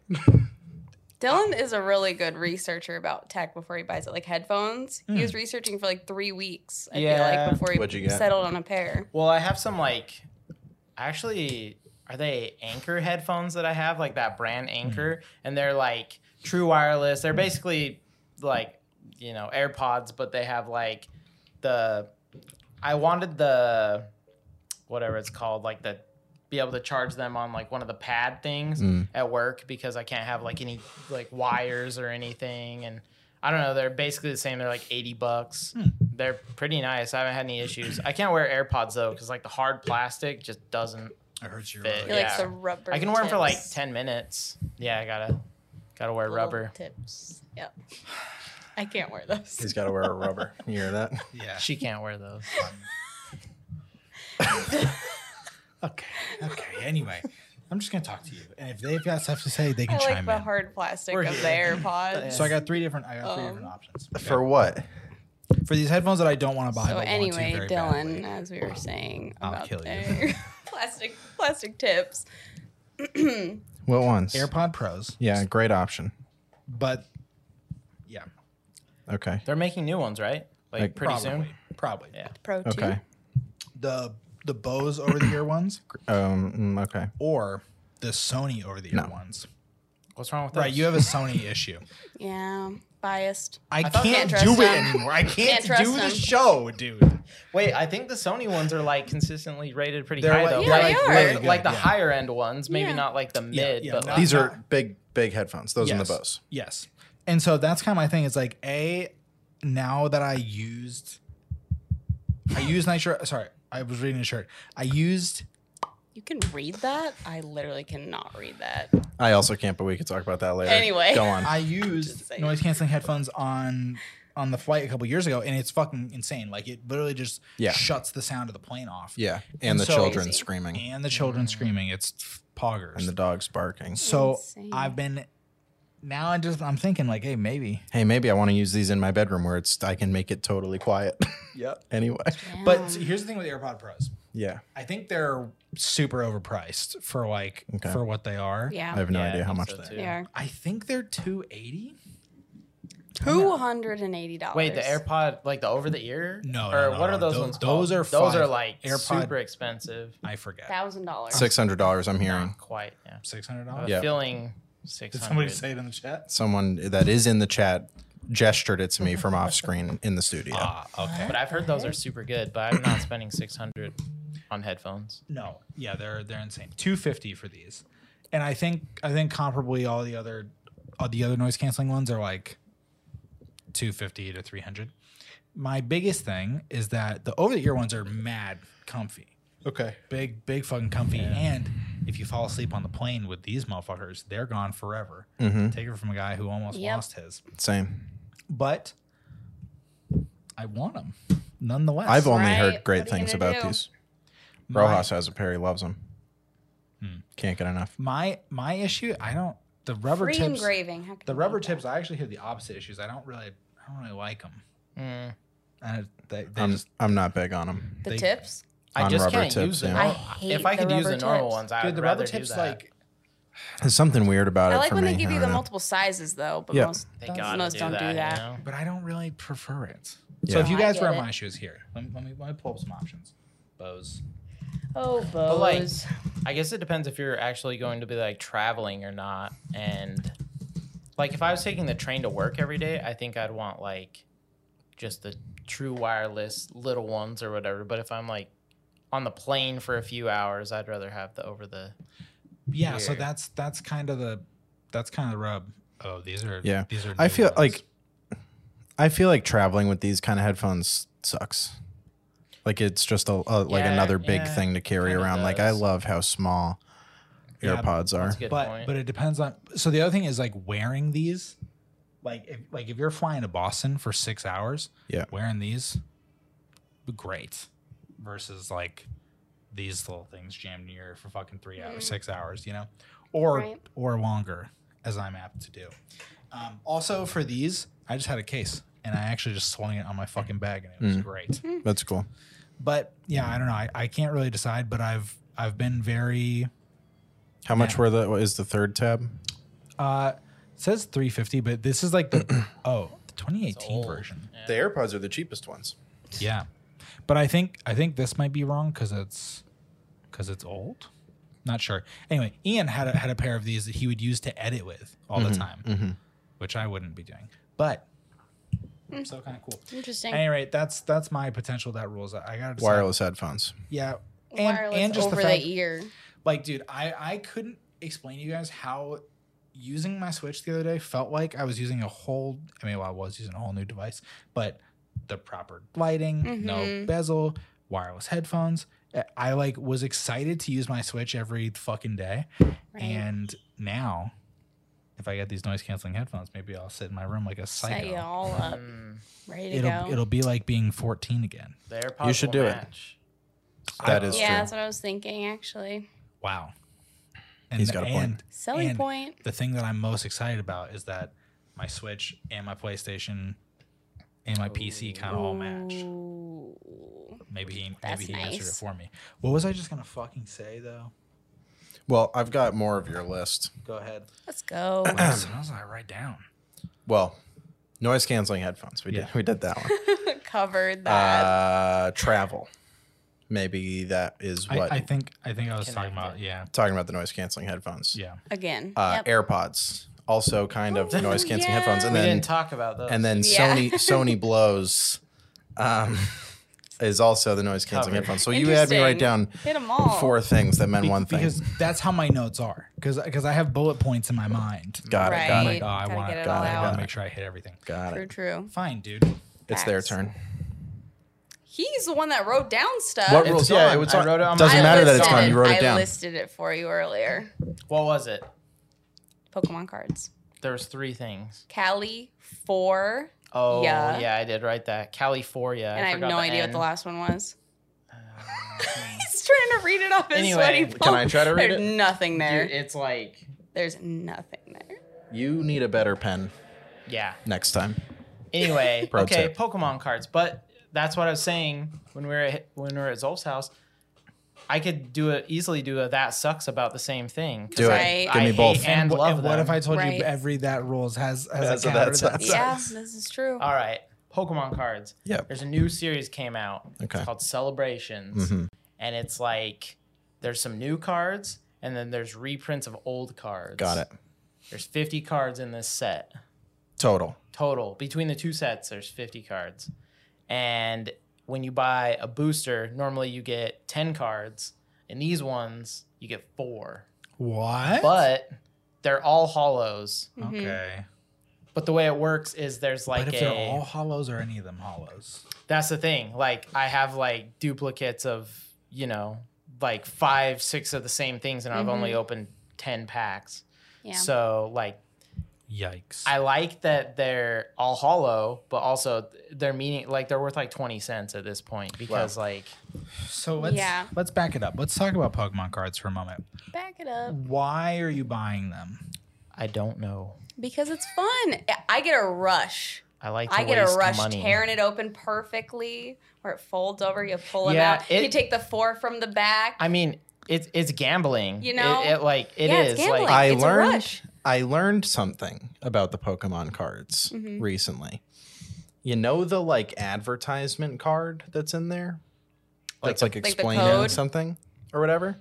C: Dylan is a really good researcher about tech before he buys it, like headphones. He was researching for like three weeks. I feel
D: Hmm. Yeah.
C: like before he
A: What'd you get?
C: settled on a pair.
D: Well, I have some like actually are they Anchor headphones that I have like that brand Anchor and they're like true wireless. They're basically like, you know, AirPods but they have like the I wanted the whatever it's called like the be able to charge them on like one of the pad things at work because I can't have like any like wires or anything and I don't know. They're basically the same. They're like eighty bucks. They're pretty nice. I haven't had any issues. I can't wear AirPods though because like the hard plastic just doesn't.
B: I heard you.
D: Fit.
C: He
D: Yeah.
C: likes the rubber.
D: I can wear them for like
C: tips.
D: ten minutes. Yeah, I gotta gotta wear
C: Little
D: rubber.
C: tips. Yep. [sighs] I can't wear those.
A: He's got to wear a rubber. You hear that?
B: [laughs] Yeah.
D: She can't wear those.
C: [laughs]
B: Okay. Okay. Anyway, I'm just gonna talk to you, and if they've got stuff to say, they
C: I
B: can
C: like
B: chime
C: the
B: in.
C: hard plastic
D: We're
C: of the
D: [laughs] here.
C: AirPods.
B: so I got three different. I got three
C: Um,
B: different options
A: For what?
B: for these headphones that I don't want to buy.
C: So
B: but want to
C: anyway,
B: very
C: Dylan,
B: badly.
C: as we were saying
B: I'll
C: [laughs] about
B: kill you.
C: the plastic plastic tips,
A: What ones?
B: AirPod Pros,
A: Yeah, great option.
B: but yeah,
A: Okay.
D: They're making new ones, right? Like,
A: Like,
D: pretty
B: probably,
D: soon.
B: probably.
D: Yeah.
C: Pro two.
A: Okay.
B: The the Bose over the ear ones
A: Um. mm, Okay.
B: or the Sony over the ear
A: No.
B: ones.
D: What's wrong with that?
B: Right, you have a Sony issue.
C: Yeah, biased.
B: I,
D: thought-
B: can't,
C: Can't
B: do
C: trust
B: it
C: them.
B: anymore. I can't,
C: Can't trust
B: do the
C: them.
B: show, dude.
D: Wait, I think the Sony ones are like consistently rated pretty
B: They're
D: high
B: like-
D: though.
C: Yeah,
D: like,
C: they are.
D: like-
B: Really
D: like the
B: good, yeah.
D: higher end ones, maybe
C: Yeah.
D: not like the mid,
B: yeah,
D: but
B: no.
D: like,
A: These
B: Uh,
A: are big, big headphones. Those are
B: Yes.
A: the Bose.
B: Yes. And so that's kind of my thing. It's like a now that I used I used Nitro sorry, I was reading a shirt. I used
C: You can read that? I literally cannot read that.
A: I also can't, but we can talk about that later.
C: Anyway.
A: go
C: [laughs]
A: on.
B: I used
C: Just saying.
B: noise canceling headphones on on the flight a couple years ago and it's fucking insane. Like it literally just
A: Yeah.
B: shuts the sound of the plane off.
A: yeah, and,
B: And
A: the
B: so-
A: children
C: Crazy.
A: screaming
B: And the children screaming. It's poggers.
A: and the dogs barking.
B: so
C: Insane.
B: I've been now I just I'm thinking like, hey, maybe.
A: Hey, maybe I want to use these in my bedroom where it's I can make it totally quiet. [laughs]
B: Yep.
A: anyway,
B: But
C: Um,
B: here's the thing with AirPod Pros.
A: yeah,
B: I think they're super overpriced for like
A: Okay.
B: for what they are.
A: I
C: yeah,
A: have no
D: Yeah, I
A: idea how
D: think
A: much.
D: so,
A: they
D: too.
C: they are
B: I think they're 280.
C: two hundred and eighty dollars.
D: Wait, the AirPod, like the over the ear?
B: No, no,
D: Or
B: no,
D: what
B: no.
D: are those
B: Tho-
D: ones?
B: those
D: called?
B: are
D: those are
B: five.
D: like
B: AirPod-
D: super expensive.
B: I forget.
C: thousand dollars.
A: Six hundred dollars. I'm hearing
D: Not quite. Yeah.
B: Six hundred
D: I have
B: dollars.
D: a
A: Yeah.
D: feeling six
B: Did
D: hundred.
B: somebody say it in the chat?
A: someone that is in the chat gestured it to me from off screen in the studio.
B: Ah, okay.
D: But I've heard those are super good, but I'm not spending six hundred on headphones.
B: no, yeah, they're they're insane. Two fifty for these, and I think I think comparably all the other all the other noise canceling ones are like two fifty to three hundred. My biggest thing is that the over the ear ones are mad comfy.
A: okay.
B: big, big fucking comfy. And if you fall asleep on the plane with these motherfuckers, they're gone forever.
A: Mm-hmm.
B: Take it from a guy who almost
C: Yep.
B: lost his.
A: Same.
B: But I want them nonetheless.
A: I've only
C: Right.
A: heard great
C: What are you
A: things
C: gonna
A: about
C: do?
A: these.
B: My-
A: Rojas has a pair. He loves them.
B: Hmm.
A: Can't get enough.
B: my my issue. I don't the rubber
C: Free
B: tips.
C: engraving. How can
B: The
C: you
B: rubber
C: beat that?
B: tips. I actually hear the opposite issues. I don't really, I don't really like them.
D: Mm.
B: And it- they, they
A: I'm
B: just,
A: I'm not big on them.
C: The
B: they-
C: tips.
D: I
A: On
D: just
A: rubber
D: can't
A: tips,
D: use them.
A: yeah.
C: I
D: if
C: hate
D: I
C: the
D: could use the
C: rubber
D: normal
C: tips.
D: ones, I
B: dude,
D: would
B: the
D: rather
B: rubber
D: do
B: tips
D: that.
B: like
A: There's something weird about
C: I
A: it
C: like
A: for
C: when
A: me.
C: they give
A: I
C: you the
A: don't
B: Uh-huh.
A: know.
C: multiple sizes though, but
A: Yeah.
C: most
D: they
B: Those
D: gotta
C: most
D: do
C: don't
D: that.
C: do
D: you
C: that.
D: know?
B: but I don't really prefer it.
A: Yeah.
B: So if you
C: I
B: guys
C: get
B: wear
C: it.
B: my shoes here, let me, let me let me pull up some options. Bose.
C: Oh,
D: But like,
C: Bose.
D: I guess it depends if you're actually going to be like traveling or not. And like, if I was taking the train to work every day, I think I'd want like just the true wireless little ones or whatever. But if I'm like on the plane for a few hours, I'd rather have the over the.
B: yeah so
D: Weird.
B: that's that's kind of the that's kind of the rub oh these are
A: Yeah.
B: these are
A: I
B: new
A: feel
B: ones.
A: like I feel like traveling with these kind of headphones sucks. Like it's just a, a like
D: Yeah,
A: another big
D: yeah,
A: thing to carry
D: kinda
A: around. Like I
D: does.
A: love how small
B: Yeah,
A: AirPods are.
D: That's a good
B: but
D: point.
B: but it depends on so the other thing is like wearing these like if like if you're flying to boston for six hours
A: Yeah.
B: wearing these be great versus like these little things jammed in your ear for fucking three hours six hours you know or
C: Right.
B: or longer as i'm apt to do um, also for these i just had a case and i actually just swung it on my fucking bag and it was
A: Mm.
B: great
A: That's cool.
B: but yeah, I don't know. I, I can't really decide, but I've I've been very
A: How much were the what is the third tab?
B: uh it says 350, but this is like the oh, the 2018
D: old.
B: version.
D: Yeah.
A: The AirPods are the cheapest ones.
B: Yeah. But I think I think this might be wrong cuz it's cuz it's old. Not sure. Anyway, Ian had a, had a pair of these that he would use to edit with all the time,
A: Mm-hmm.
B: which I wouldn't be doing. But so kind of cool.
C: Interesting.
B: At any rate, that's that's my potential that rules. I, I got to decide.
A: Wireless headphones.
B: Yeah. And,
C: Wireless
B: and just
C: over
B: the,
C: the,
B: fact,
C: ear.
B: like dude i i couldn't explain to you guys how using my switch the other day felt like i was using a whole i mean well i was using a whole new device but the proper lighting no
C: Mhm.
B: bezel wireless headphones I- i like was excited to use my switch every fucking day
C: Right.
B: and now if i get these noise canceling headphones maybe i'll sit in my room like a psycho
C: Set you all up,
D: Mm,
C: ready to
B: it'll
C: go.
B: it'll be like being 14 again
D: the AirPods
A: You should do it.
B: Oh.
A: That is
C: yeah,
A: true.
C: that's what I was thinking actually.
B: wow and
A: He's got a point.
B: and
C: Selling
B: And-
C: point.
B: the thing that I'm most excited about is that my Switch and my PlayStation and my PC kind of all match.
C: Ooh.
B: Maybe he maybe
C: That's
B: he answered it
C: nice.
B: for me. What was I just gonna fucking say though?
A: Well, I've got more of your list.
D: Go ahead.
A: [laughs]
C: Let's go.
B: [clears throat]
C: [laughs]
B: What else did I write down?
A: Well, noise canceling headphones. We
B: Yeah.
A: did we did
C: [laughs]
A: that one.
C: Covered that.
A: uh, travel. Maybe that is
B: I,
A: what
B: I think I think I was talking
D: Connected.
B: about yeah
A: talking about the noise canceling headphones.
B: yeah.
C: Again.
A: Uh,
C: Yep.
A: AirPods also kind of
C: Oh,
A: noise canceling
C: yeah.
A: headphones, and
D: we
A: then
D: didn't talk about those.
A: and then
C: Yeah. [laughs]
A: Sony Sony blows um, is also the noise canceling
D: Covered.
A: headphones. So you had me write down
C: Interesting. Oh. Hit 'em all.
A: four things that meant
B: Be-
A: one thing.
B: because that's how my notes are because because I have bullet points in my mind.
A: Got it. Got
C: Right.
A: it.
B: Like, oh, I
C: Gotta
B: want
C: get it
B: to
A: all
B: I
A: out.
B: want to make sure I hit everything.
A: Got
C: True,
A: it.
C: true.
B: Fine, dude.
A: It's their
C: Facts.
A: turn.
C: He's the one that wrote down stuff.
A: What
D: It's
A: rules? Yeah,
D: gone.
A: it was
D: Oh, I
A: on.
D: wrote it on
A: Doesn't
D: my-
A: matter
D: I
A: that it's
C: listed
A: gone. You wrote
C: I
A: it down.
C: listed it for you earlier.
D: what was it?
C: Pokemon cards.
D: There was three things.
C: Cali four,
D: Oh
C: Yeah.
D: yeah, I did write that. California.
C: and I have
D: forgot
C: no idea
D: N.
C: what the last one was. [laughs] He's trying to read it off his
D: Anyway,
C: sweaty
D: can
A: I try to read
C: There's
A: it?
C: nothing there.
D: Dude, it's like
C: There's nothing there.
A: You need a better pen
D: yeah.
A: next time.
D: Anyway,
A: [laughs] Pro
D: okay,
A: tip.
D: Pokemon cards. But that's what I was saying when we were at, when we were at Zolf's house. I could do a, easily do a that sucks about the same thing. 'cause
A: Do it.
C: Right.
A: Give me both.
D: hate and
B: Wh-
D: love
B: and what
D: them.
B: if I told
C: Right.
B: you every that rules has
A: Has
B: has
A: a
B: a
A: that
B: counter that
A: sucks.
C: yeah,
B: sucks?
C: this is true.
D: All right, Pokemon cards.
A: Yep.
D: There's a new series came out.
A: Okay.
D: It's called Celebrations,
B: Mm-hmm.
A: Mhm.
D: and it's like there's some new cards, and then there's reprints of old cards.
A: Got it.
D: There's 50 cards in this set
A: Total.
D: total between the two sets. There's 50 cards, and when you buy a booster, normally you get 10 cards. In these ones, you get four,
B: What?
D: but they're all hollows.
C: Mm-hmm.
B: okay.
D: But the way it works is there's like
B: But if
D: a
B: they're all hollows or any of them hollows,
D: that's the thing. Like I have like duplicates of, you know, like five, six of the same things and I've only opened 10 packs.
C: Mm-hmm. Yeah.
D: So like
B: yikes!
D: I like that they're all hollow, but also they're meaning like they're worth like 20 cents at this point because like
B: so let's
C: Yeah.
B: let's back it up. Let's talk about Pokemon cards for a moment.
C: Back it up
B: Why are you buying them?
D: I don't know.
C: because it's fun. I get a rush.
D: I like to
C: I get a
D: waste
C: rush
D: money.
C: tearing it open perfectly where it folds over. You pull them
D: Yeah,
C: out.
D: it-
C: you take the four from the back.
D: I mean, it's it's gambling.
C: You know?
D: It, it, like it is
C: Yeah, it's gambling.
D: like
A: I
C: It's a
A: learned
C: rush.
A: I learned something about the Pokemon cards recently. You know the like advertisement card that's in there? That's like,
C: the
A: explaining
C: code?
A: something or whatever.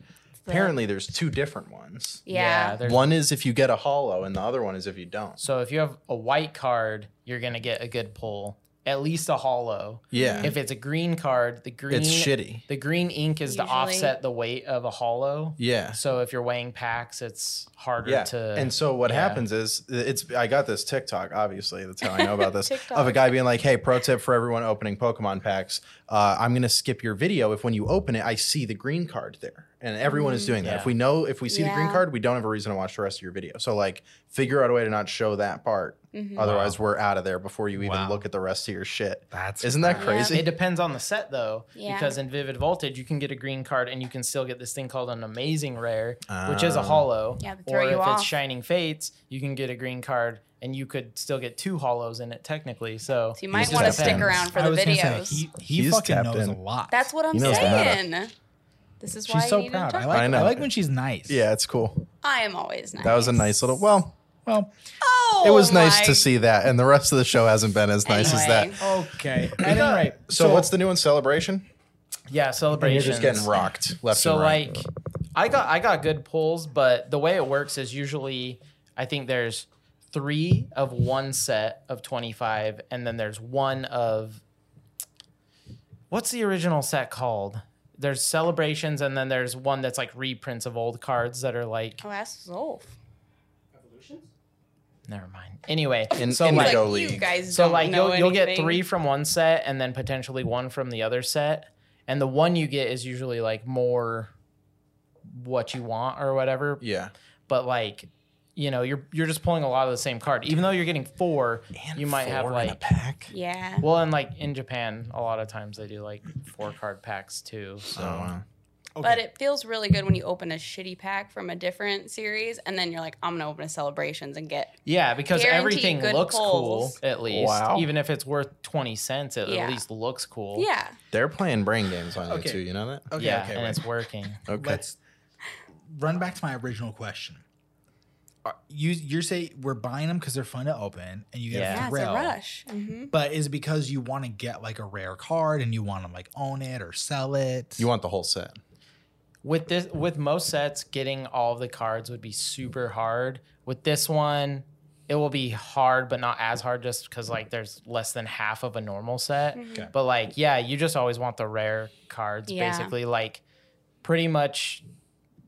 A: Apparently there's two different ones.
C: yeah.
D: there's-
A: One is if you get a hollow and the other one is if you don't.
D: So if you have a white card, you're gonna get a good pull, at least a hollow.
A: Yeah.
D: If it's a green card, the green
A: It's shitty.
D: The green ink is
C: Usually-
D: to offset the weight of a hollow.
A: Yeah.
D: So if you're weighing packs, it's harder
A: Yeah.
D: to.
A: and so what
D: yeah.
A: happens is it's I got this TikTok, obviously. That's how I know about this.
C: [laughs] TikTok.
A: of a guy being like, hey, pro tip for everyone opening Pokemon packs. Uh, I'm gonna skip your video if when you open it, I see the green card there. And everyone is doing that.
D: Yeah.
A: If we know if we see the green
C: Yeah.
A: card, we don't have a reason to watch the rest of your video. So like figure out a way to not show that part.
C: Mm-hmm.
A: Otherwise we're out of there before you even
B: Wow.
A: look at the rest of your shit.
B: That's
A: Isn't that
C: Yeah.
A: crazy?
D: it depends on the set though,
C: Yeah.
D: because in Vivid Voltage you can get a green card and you can still get this thing called an Amazing Rare, which is a
A: Ah.
D: hollow.
C: Yeah, to throw
D: or
C: you
D: if
C: off.
D: it's Shining Fates, you can get a green card and you could still get two hollows in it technically. So,
C: So you might
A: just
C: want to
A: have
C: stick
A: fans.
C: around for
B: I
C: the
B: was gonna say,
C: videos.
B: he he
A: He's
B: fucking
A: tapped
B: knows
A: in.
B: a lot.
C: That's what I'm
A: He knows the meta.
C: saying. This is why
B: she's
C: I
B: so
C: needed
B: proud.
C: to talk.
B: I like
A: I
B: I,
A: know.
B: like when she's
A: [laughs]
B: nice.
A: yeah, it's cool.
C: I am always nice.
A: That was a nice little well,
B: Well,
C: Oh,
A: it was nice
C: my
A: to see that. And the rest of the show hasn't been as nice as that.
C: Anyway.
D: Oh,
B: okay. [laughs] At any rate,
A: So, what's the new one? Celebration?
D: yeah,
A: You're
D: celebrations.
A: just getting rocked left
D: so
A: and right.
D: like i got i got good pulls but the way it works is usually i think there's three of one set of 25 and then there's one of what's the original set called there's celebrations and then there's one that's like reprints of old cards that are like
C: Oh, ask Zolf.
D: never mind anyway
A: In-
D: so
A: in
D: like
A: the-
C: Like
A: Go
C: you
A: League.
C: guys.
D: so
C: don't
D: like
C: know
D: you'll, you'll get
C: anything.
D: three from one set and then potentially one from the other set and the one you get is usually like more what you want or whatever
A: yeah.
D: but like you know you're you're just pulling a lot of the same card even though you're getting four you might have like
A: pack.
C: Yeah.
D: well and like in japan a lot of times they do like four card packs too
A: Oh.
D: so
A: uh,
C: But it feels really good when you open a shitty pack from a different series, and then you're like, I'm gonna open a celebrations and get.
D: yeah because
C: Guaranteed
D: everything
C: good
D: looks
C: pulls.
D: cool at least
A: Wow.
D: even if it's worth 20 cents it
C: Yeah.
D: at least looks cool
C: Yeah.
A: They're playing brain games on you
B: Okay.
A: too. You know that?
B: okay,
D: yeah
B: okay,
D: and
B: wait.
D: it's working
A: Okay.
B: let's run back to my original question. Are- You you say we're buying them because they're fun to open and you get
D: Yeah.
C: Yeah,
B: a
C: it's
B: thrill.
C: a rush. hmm
B: But is it because you want to get like a rare card and you want to like own it or sell it?
A: You want the whole set.
D: With this, with most sets, getting all of the cards would be super hard. With this one, it will be hard, but not as hard, just because like there's less than half of a normal set.
B: Okay.
D: But like, yeah, you just always want the rare cards.
C: Mm-hmm. Yeah.
D: Basically, like pretty much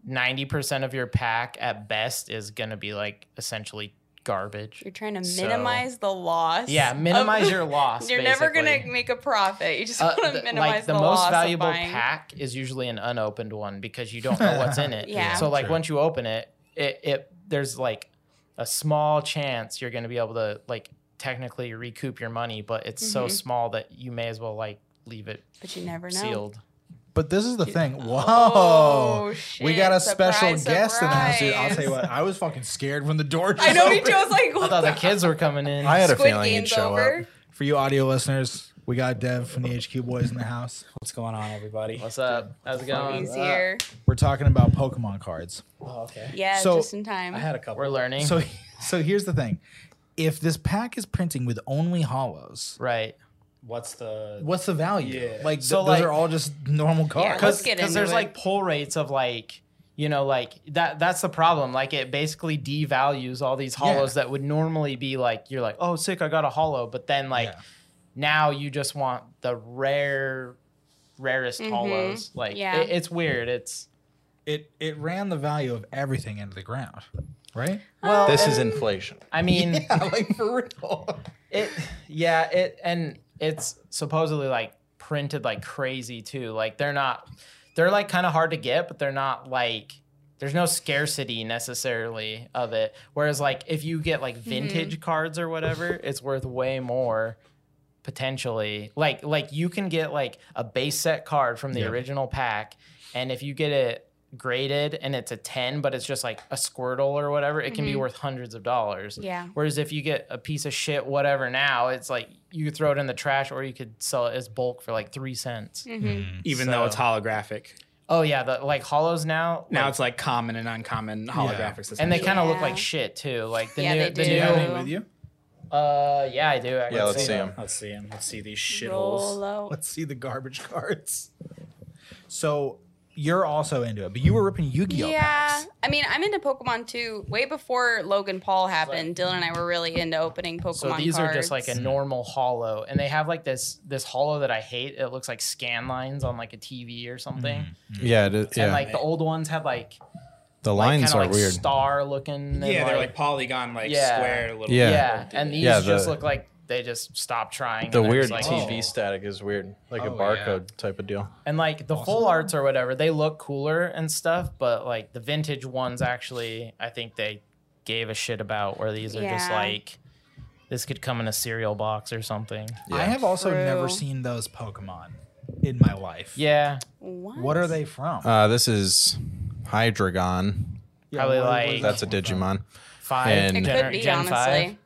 D: ninety percent of your pack at best is gonna be like essentially garbage.
C: You're trying to
D: So-
C: minimize the loss.
D: Yeah,
C: of- [laughs]
D: minimize your loss.
C: You're never
D: basically.
C: gonna make a profit. [laughs] You just
D: Uh,
C: want to
D: th-
C: minimize
D: like the,
C: the, loss
D: most
C: of
D: valuable
C: buying.
D: pack is usually an unopened one because you
B: [laughs]
D: don't know what's in it.
C: Yeah.
D: So like
B: True.
D: once you open it, it, it there's like a small chance you're going to be able to like technically recoup your money, but it's so
C: Mhm.
D: small that you may as well like leave it
C: But you never know.
D: sealed.
B: But this is the thing. Whoa.
C: Oh,
B: we
C: shit.
B: got a special
C: Surprise,
B: guest in the house, dude. I'll
C: surprise.
B: tell you what, I was fucking scared when the door just
C: I know
D: [laughs]
B: opened.
C: he chose like
D: I
C: what
D: thought the
C: the
D: kids were coming
B: [laughs]
D: in.
A: I had a
C: Squid
A: feeling he'd
C: Game's
A: show
C: over.
A: up.
B: For you audio listeners, we got Dev from the HQ Boys in the house.
E: What's going on, everybody?
D: What's up? How's it going?
C: He's here.
B: We're talking about Pokemon cards.
E: Oh, okay.
C: Yeah,
B: So-
C: just in time.
E: I had a couple.
D: We're learning.
B: So so here's the thing. If this pack is printing with only hollows,
D: right.
E: What's the?
B: what's the value?
E: Yeah.
B: Like th-
D: So,
B: those
D: like-
B: are all just normal cards.
C: Let's
D: because
C: get
D: because
C: into
D: there's
C: it.
D: like pull rates of like you know like that that's the problem like it basically devalues all these hollows that would normally be like you're like oh sick i got a hollow but then like
B: Yeah.
D: now you just want the rare rarest
C: Mhm.
D: hollows like
C: Yeah.
D: it- it's weird it's
B: it it ran the value of everything into the ground, right?
D: well
A: This is inflation.
D: i mean
A: [laughs]
B: like for real.
D: it yeah it and it's supposedly like printed like crazy too like they're not they're like kind of hard to get but they're not like there's no scarcity necessarily of it whereas like if you get like vintage cards or whatever it's worth way more potentially like like you can get like a base set card from the
B: Yeah.
D: original pack and if you get it graded and it's a 10 but it's just like a squirtle or whatever it can be
C: Mhm.
D: worth hundreds of dollars
C: yeah.
D: Whereas if you get a piece of shit, whatever, now it's like you could throw it in the trash or you could sell it as bulk for like three cents.
C: hmm
E: Even though it's
D: So-
E: holographic,
D: Oh yeah, the like hollows now.
E: now
D: like-
E: it's like common and uncommon holographics.
D: and they kind of look
C: Yeah.
D: like shit too. Like the
C: Yeah,
D: new,
C: they
D: the
C: do.
B: Do you have any
D: new.
C: Yeah.
B: with you?
D: Uh, yeah, I do. Actually.
A: Yeah, let's see them.
E: Let's see them. Let's see these shitholes.
C: Roll out.
B: Let's see the garbage [laughs] cards. So you're also into it, but you were ripping Yu-Gi-Oh
C: Yeah,
B: packs.
C: I mean, I'm into Pokemon too. Way before Logan Paul happened, Dylan and I were really into opening Pokemon.
D: So these are just like
C: cards.
D: a normal hollow, and they have like this this hollow that I hate. It looks like scan lines on like a TV or something.
A: Mm-hmm. Yeah, it is,
D: And like the old ones had like
A: the
D: like, kind of like star looking. and,
E: Yeah, they're like polygon, like
D: Yeah.
E: square little.
A: Yeah.
D: Yeah, and these
A: Yeah,
D: just
A: the-
D: look like they just stopped trying.
A: The
D: and they're
A: weird
D: just like,
A: TV
D: oh.
A: static is weird, like a
B: Oh,
A: barcode type of deal.
D: And like the full arts or whatever, they look cooler and stuff, but like the vintage ones actually, I think they gave a shit about where these are just
C: Yeah.
D: like this could come in a cereal box or something.
A: Yeah.
B: I have also
C: True.
B: never seen those Pokemon in my life.
D: Yeah.
C: What?
B: What are they from?
A: Uh, this is Hydreigon.
B: Yeah,
D: probably
B: what- what is
D: like-
A: That's a
B: that from?
A: Digimon.
D: Five
A: And-
C: It
A: Gen-
C: could be honestly.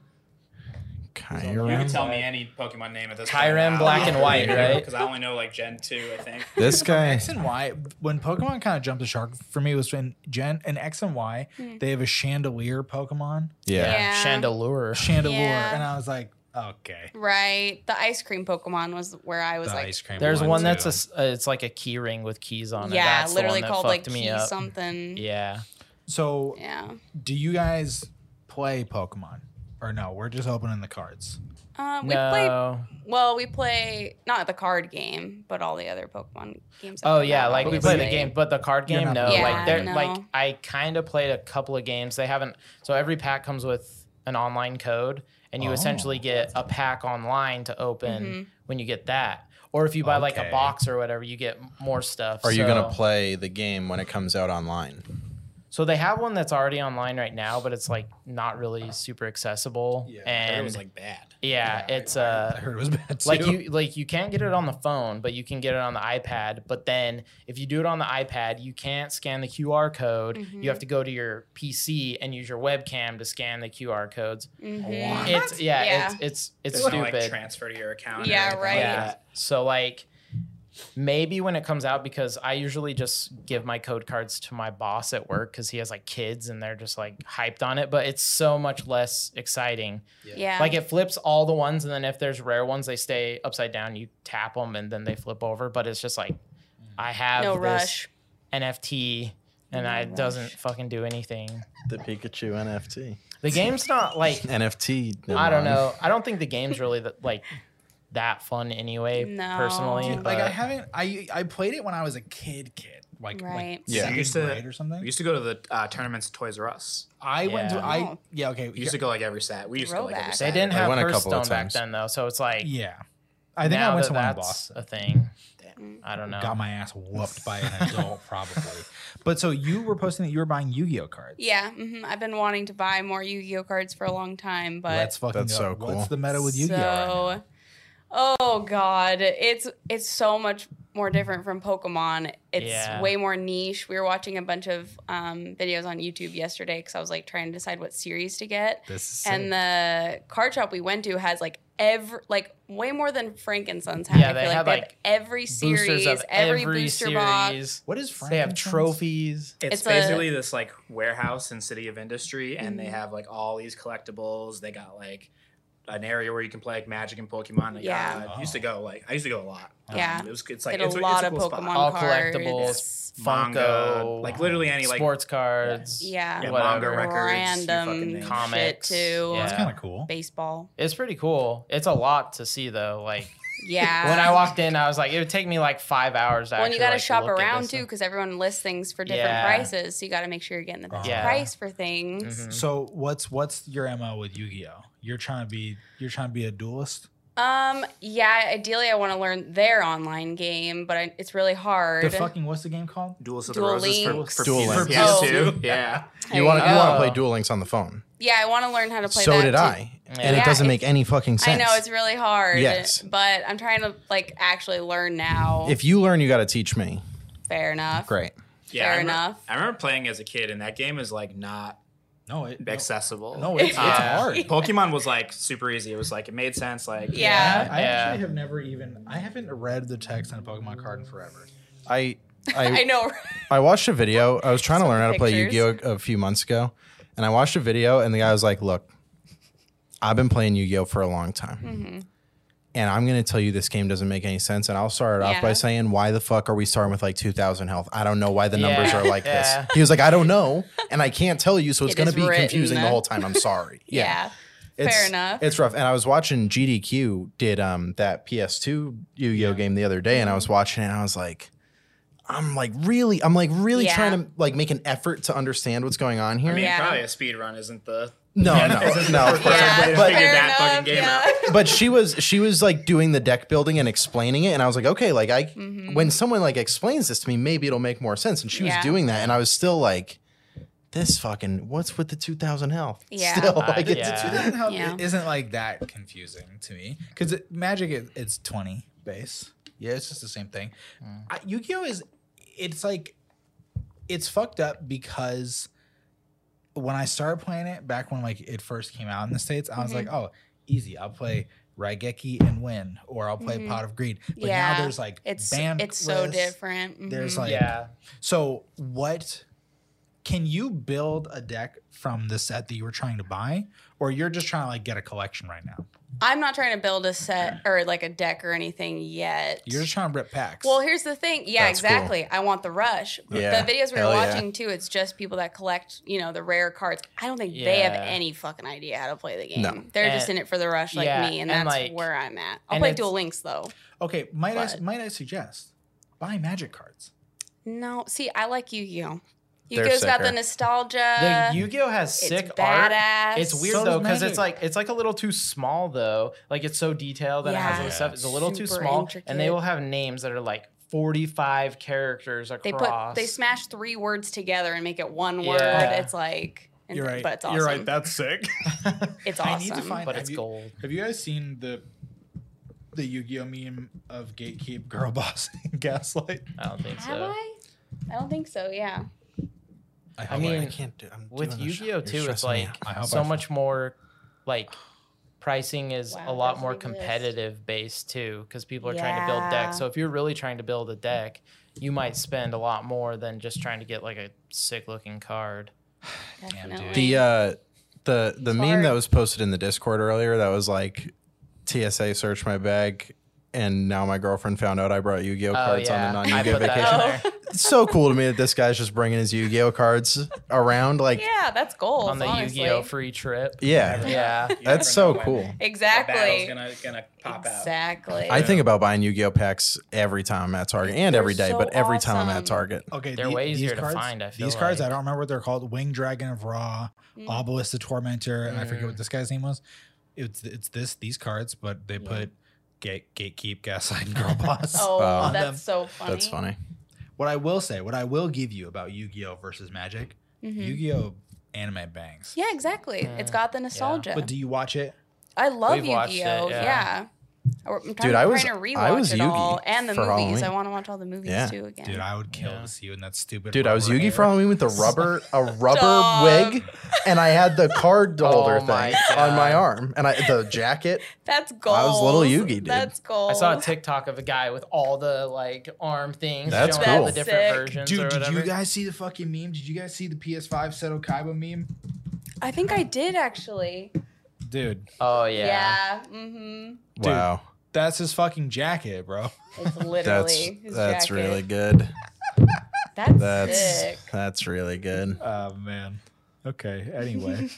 E: You can
A: Kyurem.
E: tell me any Pokemon name at this.
D: Kyurem, black and
E: [laughs]
D: white, right?
E: Because I only know like Gen two, I think.
A: This guy.
B: X and Y, when Pokemon kind of jumped the shark for me was when Gen and X and Y,
C: Hmm.
B: they have a chandelier Pokemon,
A: Yeah.
C: Yeah.
D: Chandelure.
B: chandelier,
C: Yeah.
B: and I was like, okay,
C: Right. The ice cream Pokemon was where I was
B: the
C: like,
B: ice cream.
D: There's one that's a
B: too.
D: s- uh, it's like a key ring with keys on it.
C: yeah,
D: That's the
C: literally
D: one that
C: called like
D: fucked me
C: key
D: up.
C: something. Yeah.
D: Yeah.
B: so.
C: yeah.
B: Do you guys play Pokemon or no? We're just opening the cards. [laughs]
C: Uh, we
D: no.
C: play well, we play not the card game, but all the other Pokemon games. that
D: Oh
C: come
D: yeah,
C: out,
D: like we play
C: obviously.
D: the game, but the card
B: You're not
D: game, no.
B: playing the
D: like they're
C: card game.
D: like
C: No.
D: I kind of played a couple of games. They haven't. So every pack comes with an online code, and you
B: Oh. Mm-hmm.
D: essentially get a pack online to open when you get that. Or if you buy like a
B: Okay.
D: box or whatever, you get more stuff.
A: Are you gonna
D: So-
A: play the game when it comes out online?
D: So they have one that's already online right now, but it's like not really super accessible. Yeah, and
E: it was like bad.
D: yeah, it's
B: I
D: uh,
B: heard it was bad.
D: like
B: too.
D: you like you can't get it on the phone but you can get it on the ipad but then if you do it on the ipad you can't scan the qr code you have to go to your pc and use your webcam to scan the qr codes
C: Mhm.
D: it's yeah,
C: Yeah.
D: it's it's it's
E: There's no
D: stupid
E: like transfer to your account. or
C: Yeah,
E: anything like
C: right.
D: yeah so like Maybe when it comes out, because I usually just give my code cards to my boss at work because he has like kids and they're just like hyped on it. But it's so much less exciting.
C: Yeah.
D: Like it flips all the ones, and then if there's rare ones, they stay upside down. You tap them, and then they flip over. But it's just like I have
C: Mm. no
D: this
C: rush.
D: NFT, and I it doesn't fucking do anything.
A: The Pikachu NFT.
D: The game's
B: [laughs]
D: not like
A: NFT.
D: I don't know. I don't think the game's really that like that fun anyway.
C: No.
D: Personally,
B: [laughs]
C: Dude,
A: uh,
B: Like I
D: but-
B: haven't. I I played it when I was a kid, kid, like
C: Right.
B: like
A: Yeah.
B: second
E: You used to-
B: grade or something.
E: We used to go to the uh, tournaments at Toys R Us.
B: I went to
D: Yeah.
B: I
C: Oh.
B: yeah okay
E: We used to go like every Sat. We used to go like every
C: Throwback.
D: they
E: Saturday.
D: didn't
A: I
D: have
A: went a
D: Hearthstone
A: couple of
D: back
A: times.
D: then though, so it's like
B: yeah. I think
D: now
B: I went
D: that
B: to one in
D: that's
B: Boston.
D: a thing. I don't know.
B: Got my ass whooped by an adult probably. [laughs] But so you were posting that you were buying Yu-Gi-Oh cards.
C: Yeah. hmm I've been wanting to buy more Yu Gi Oh cards for a long time, but
B: Let's fucking
A: That's
B: go.
A: so cool.
B: What's the meta with Yu-Gi-Oh? right now?
C: oh god, it's it's so much more different from Pokemon. It's
D: Yeah.
C: way more niche. We were watching a bunch of um, videos on YouTube yesterday because I was like trying to decide what series to get.
B: This is
C: and
B: sick.
C: the card shop we went to has like every like way more than Frank and Sons had.
D: Yeah,
C: I
D: they
C: feel
D: had,
C: like they
D: like,
C: have every
D: Boosters
C: series,
D: of
C: every, booster box.
D: series.
B: what is
D: They have
B: Frankenstein's?
D: trophies.
E: It's,
C: It's a-
E: basically this like warehouse and city of industry, and they
C: Mm-hmm.
E: have like all these collectibles. They got like an area where you can play like Magic and Pokemon. Like,
C: Yeah.
E: uh, I used to go like I used to go a lot. Um,
C: Yeah.
E: it was it's
C: They
E: like
C: had
E: it's
C: a
E: it's
C: lot
E: a
C: of
E: cool
C: Pokemon
E: spot.
D: All
C: cards.
D: collectibles.
E: Manga,
D: Funko,
E: like literally any like
D: sports cards.
C: Yeah.
E: yeah,
D: whatever.
E: manga records, you fucking
C: Random
E: name it.
D: Com- Comics.
C: shit too.
D: Yeah.
B: That's kind of cool.
C: Baseball.
D: It's pretty cool. It's a lot to see though.
C: [laughs]
D: Like
C: Yeah.
D: when I walked in, I was like, it would take me like five hours. To
C: well, and you
D: actually,
C: got to
D: like,
C: shop
D: look at
C: around
D: this
C: too
D: stuff.
C: because everyone lists things for different
D: Yeah. Uh-huh.
C: prices. So you got to make sure you're getting the best
D: Yeah.
C: price for things.
D: Mhm.
B: So what's what's your mo with Yu-Gi-Oh? You're trying to be you're trying to be a duelist.
D: Mm-hmm.
C: Um, yeah, ideally I want to learn their online game, but I, it's really
B: The
C: hard.
B: fucking what's the game called?
E: Duels of
C: Duel
E: the Roses
C: Links.
E: for, for,
A: Duel
E: PS-
A: Links.
E: PS2.
B: Oh.
E: [laughs] Yeah,
A: You
C: There
A: want
C: you
A: you
C: go.
A: want
D: go.
A: to play Duel Links on the phone.
C: Yeah, I want to learn how to Oh. play
A: So
C: that
A: did
C: too.
A: I, and
D: Yeah.
A: it doesn't
C: Yeah,
A: make any fucking
C: I
A: sense.
C: know it's really hard.
A: Yes.
C: But I'm trying to like actually learn now.
A: if you learn, you got to teach me.
C: Fair enough.
A: Great.
E: yeah.
C: Fair
E: I remember,
C: enough.
E: I remember playing as a kid, and that game is like not
B: No, it no,
E: accessible. [laughs]
B: no it's, it's
E: Yeah.
B: hard.
E: Pokemon was like super easy. It was like it made sense. Like
C: Yeah.
B: I actually
D: Yeah.
B: have never even I haven't read the text on a Pokemon card in forever.
C: [laughs]
A: I
C: [laughs] I
A: I
C: know.
A: I watched a video. I was trying to
C: Some
A: learn how to play
C: pictures.
A: Yu-Gi-Oh a, a few months ago, and I watched a video, and the guy was like, "Look, I've been playing Yu-Gi-Oh for a long time."
C: Mm-hmm.
A: And I'm gonna tell you this game doesn't make any sense. And I'll start it off by
C: Yeah.
A: saying, why the fuck are we starting with like 2,000 health? I don't know why the numbers
D: Yeah.
A: are like
D: Yeah.
A: this. He was like, I don't know, and I can't tell you, so it's
C: It
A: gonna
C: is
A: be confusing
C: written.
A: the whole time. I'm
C: [laughs]
A: sorry.
C: Yeah.
A: It's,
C: enough.
A: It's rough. And I was watching GDQ did um that PS2 Yu-Gi-Oh game the other day, and I
C: Mm-hmm.
A: was watching it, and I was like, I'm like really, I'm like really
C: Yeah.
A: trying to like make an effort to understand what's going on here.
E: I mean,
C: Yeah.
E: probably a speed run isn't the
A: No,
E: isn't
A: no,
E: the
A: no.
E: first
C: Yeah,
E: way
C: [laughs]
E: to
A: But-
E: figure
C: fair
E: that
C: enough,
E: fucking game
C: yeah. [laughs]
E: out.
A: But she was she was like doing the deck building and explaining it, and I was like, okay, like I
C: Mm-hmm.
A: when someone like explains this to me, maybe it'll make more sense. And she
C: Yeah.
A: was doing that, and I was still like, this fucking what's with the two thousand health?
C: Yeah.
A: Still,
D: I-
A: like it's,
D: yeah.
B: Two thousand health
C: Yeah.
B: it isn't like that confusing to me because Magic it, it's twenty base. Yeah, it's just the same thing. I, Yu-Gi-Oh is it's like it's fucked up because when I started playing it back when like it first came out in the states, I was
C: Mm-hmm.
B: like, oh, easy, I'll play. Raigeki and win, or I'll play
C: Mhm.
B: Pot of Greed. But
C: Yeah.
B: now there's like
C: It's
B: banned
C: it's so
B: lists.
C: different.
B: There's
C: Mhm.
B: like
D: yeah.
B: so what can you build a deck from the set that you were trying to buy or you're just trying to like get a collection right now?
C: I'm not trying to build a set or like a deck or anything yet.
B: You're just trying to rip packs.
C: Well, here's the thing. Yeah,
A: That's cool.
C: exactly. I want the rush.
A: Yeah.
C: The videos we
A: Hell
C: were
A: yeah.
C: watching too, it's just people that collect, you know, the rare cards. I don't think they have
D: Yeah.
C: any fucking idea how to play the game.
A: No.
C: They're just in
D: And-
C: it for the rush like
D: yeah,
C: me, and,
D: and,
C: that's
D: like-
C: where I'm at. I'll
D: and
C: play
D: it's-
C: Dual Links though.
B: okay, might I
C: But-
B: might I suggest buy magic cards.
C: No, see, I like Yu-Gi-Oh.
A: They're
C: Yu-Gi-Oh's got the
A: sicker.
C: nostalgia.
D: The Yu-Gi-Oh has
C: Uh, it's
D: sick
C: badass.
D: art. It's weird
B: So does
D: though because
B: Magic.
D: it's like it's like a little too small though. Like it's so detailed and it has all
C: Yeah.
D: this stuff. It's a little too
C: Super
D: small, and they
C: intricate.
D: will have names that are like forty-five characters across.
C: they put they smash three words together and make it one
D: Yeah.
C: word. It's like, and- but it's awesome.
B: That's
C: [laughs]
B: sick. [laughs]
C: It's
B: I need to
C: awesome.
B: find-
D: but it's
B: Have you-
D: gold.
B: Have you guys seen the the Yu-Gi-Oh meme of Gatekeep Girl [laughs] Boss and Gaslight?
D: I don't think
C: Have
D: so.
C: I? I don't think so. Yeah.
D: I mean,
A: can't do. I'm
D: with
A: doing the
D: Yu-Gi-Oh
A: shot. You're
D: too, it's
A: stressing me
D: like
A: out.
B: I hope
D: so
B: I-
D: much more like pricing is
C: Wow,
D: a lot
C: there's a
D: more
C: big list.
D: competitive based too because people are trying to build decks.
C: Yeah.
D: So if you're really trying to build a deck, you might spend a lot more than just trying to get like a sick looking card.
C: Definitely.
A: The uh, the the meme
C: hard.
A: that was posted in the Discord earlier that was like TSA searched my bag and now my girlfriend found out I brought Yu-Gi-Oh
D: Oh
A: cards
D: yeah,
A: on the
D: I
A: non-Yu-Gi-Oh
D: put
A: vacation.
D: that in
C: [laughs]
D: there.
A: It's so cool to me that this guy's just bringing his Yu-Gi-Oh cards around like yeah.
C: yeah, that's gold.
D: on the
C: Oh, honestly.
D: Yu-Gi-Oh free trip. Yeah.
E: You
A: That's
E: never
A: so
E: know when
A: cool.
E: the battle's
C: Exactly.
E: gonna gonna pop out.
C: Exactly.
A: I think about buying Yu-Gi-Oh packs every time I'm at Target and
C: They're
A: every day,
C: so
A: but every time I'm
C: awesome.
A: at Target.
B: Okay,
D: They're
B: the-
D: way
B: these
D: easier to
B: cards-
D: find, I feel
B: these cards, I
D: like.
B: don't remember what they're called. Wing Dragon of Ra,
C: Mm.
B: Obelisk the Tormentor, and I forget
D: Mm-hmm. Mm.
B: what this guy's name was. It's it's this these cards, but they
D: Yeah.
B: put gate gatekeep, gaslight,
D: [laughs]
B: and girl boss.
C: Oh,
A: Wow.
C: that's
B: Them.
C: so funny.
A: That's funny.
B: What I will say, what I will give you about Yu-Gi-Oh versus Magic,
D: Mm-hmm.
C: Mhm.
B: Yu-Gi-Oh anime bangs.
C: Yeah, exactly. It's
D: Mm.
C: got the nostalgia.
B: But do you watch it?
C: I love
D: We've
C: Yu
D: watched
C: Gi
D: it,
C: Oh.
D: yeah.
C: Yeah. I- I'm trying,
A: Dude, I was-
C: trying to rewatch
A: I was
C: it all
A: Yu-Gi
C: and the
A: for
C: movies. I
A: Halloween.
C: want to watch all the movies
A: Yeah.
C: too again.
B: Dude, I would kill
D: Yeah.
B: to see you in that stupid.
A: Dude, I was
B: rubber
A: Yugi for
B: hair.
A: Halloween with the rubber
D: [laughs]
A: a rubber
C: Stop.
A: wig, and I had the card holder
D: Oh
A: thing
D: my
A: on my
D: God.
A: arm, and I the jacket.
C: that's gold.
A: I was little Yu-Gi, dude.
C: That's gold.
D: I saw a TikTok of a guy with all the like arm things
A: That's
D: showing all
A: cool.
D: the different
C: Sick.
D: versions. or
B: Dude, did you
D: whatever.
B: guys see the fucking meme? Did you guys see the PS5 Seto Kaiba meme?
C: I think I did actually.
B: Dude,
D: Oh
C: Yeah.
D: yeah.
C: Mm-hmm.
A: Wow,
B: that's his fucking jacket,
D: [laughs]
B: bro.
C: It's literally
A: that's
C: his
A: that's
C: jacket.
A: really good.
C: That's,
A: That's
C: sick.
A: that's really good.
B: Oh man. Okay.
D: [laughs]
B: Anyway,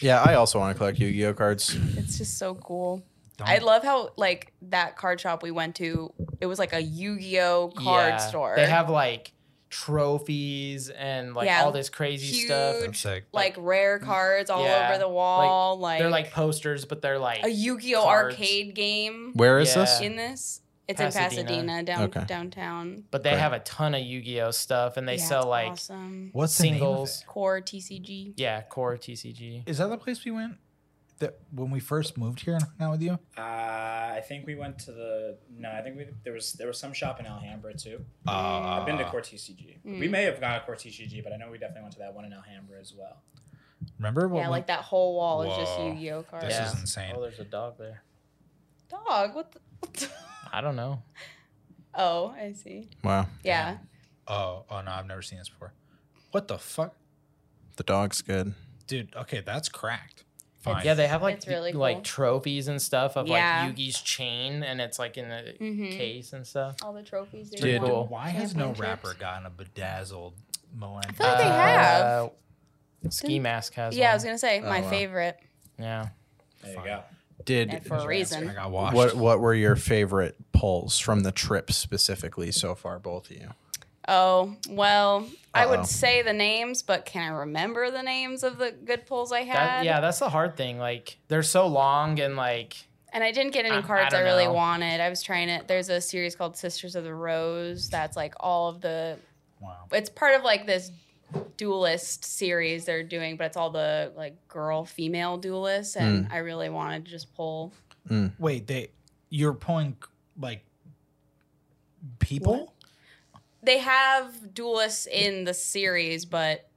A: Yeah, I also want to collect Yu-Gi-Oh cards.
C: It's just so cool.
B: Don't-
C: I love how like that card shop we went to. It was like a Yu-Gi-Oh card
D: Yeah.
C: store.
D: They have like trophies and like
C: Yeah,
D: all this crazy stuff.
C: huge-
B: that's sick.
C: like rare cards all
D: Yeah.
C: over the wall. Like,
D: they're like posters, but they're like
C: a Yu-Gi-Oh
D: cards.
C: arcade game.
A: Where is this?
D: Yeah.
C: in this. It's in
D: Pasadena.
C: Pasadena, down
A: Okay.
C: downtown.
D: but they
A: Right.
D: have a ton of Yu-Gi-Oh stuff and they
C: Yeah,
D: sell
C: it's
D: like
C: awesome.
B: What's
D: singles.
C: core TCG.
D: Yeah, core TCG.
B: Is that the place we went? That when we first moved here and hung out with you?
E: Uh, I think we went to the no. I think we there was there was some shop in Alhambra too. I've been to
B: Ah.
E: Core TCG. We
C: Mm.
E: may have gone to Core TCG, but I know we definitely went to that one in Alhambra as well.
B: Remember what?
C: Yeah, like that whole wall is just
B: Whoa.
C: Yu-Gi-Oh cards.
B: This
D: Yeah.
B: is insane.
D: Oh, there's a dog there.
C: Dog, what? the... [laughs]
D: I don't know.
C: oh, I see.
A: Wow,
C: Yeah,
B: Oh, oh no, I've never seen this before. What the fuck,
A: the dog's good.
B: dude? Okay, that's cracked. Fine.
D: Yeah, they have like
C: It's really
D: like
C: cool.
D: trophies and stuff of
C: Yeah.
D: like Yugi's chain, and it's like in a
C: Mhm.
D: case and stuff.
C: all the trophies. they
D: Dude,
C: won.
D: cool.
B: Why has no
C: Championships.
B: rapper gotten a bedazzled millennium?
C: feel like they have.
D: Uh, Ski
C: Didn't-
D: mask has.
C: Yeah, I
D: one.
C: was gonna say
A: Oh,
C: my
A: wow.
C: favorite,
D: Yeah.
E: There
B: Fine.
E: you go.
A: Did
C: and for a
B: I
C: reason.
B: got washed.
A: what what were your favorite pulls from the trip specifically so far, both of you?
C: Oh well, I
A: Uh-oh.
C: would say the names, but can I remember the names of the good pulls I had?
D: That, yeah, that's the hard thing. Like they're so long and like
C: And I didn't get any
D: I- I
C: cards I,
D: don't
C: really
D: know.
C: wanted. I was trying it. There's a series called Sisters of the Rose. That's like all of the.
B: Wow.
C: It's part of like this duelist series they're doing, but it's all the like girl female duelists, and
D: Hmm.
C: I really wanted to just pull.
B: Wait, they you're pulling like people?
C: They have duelists in the series, but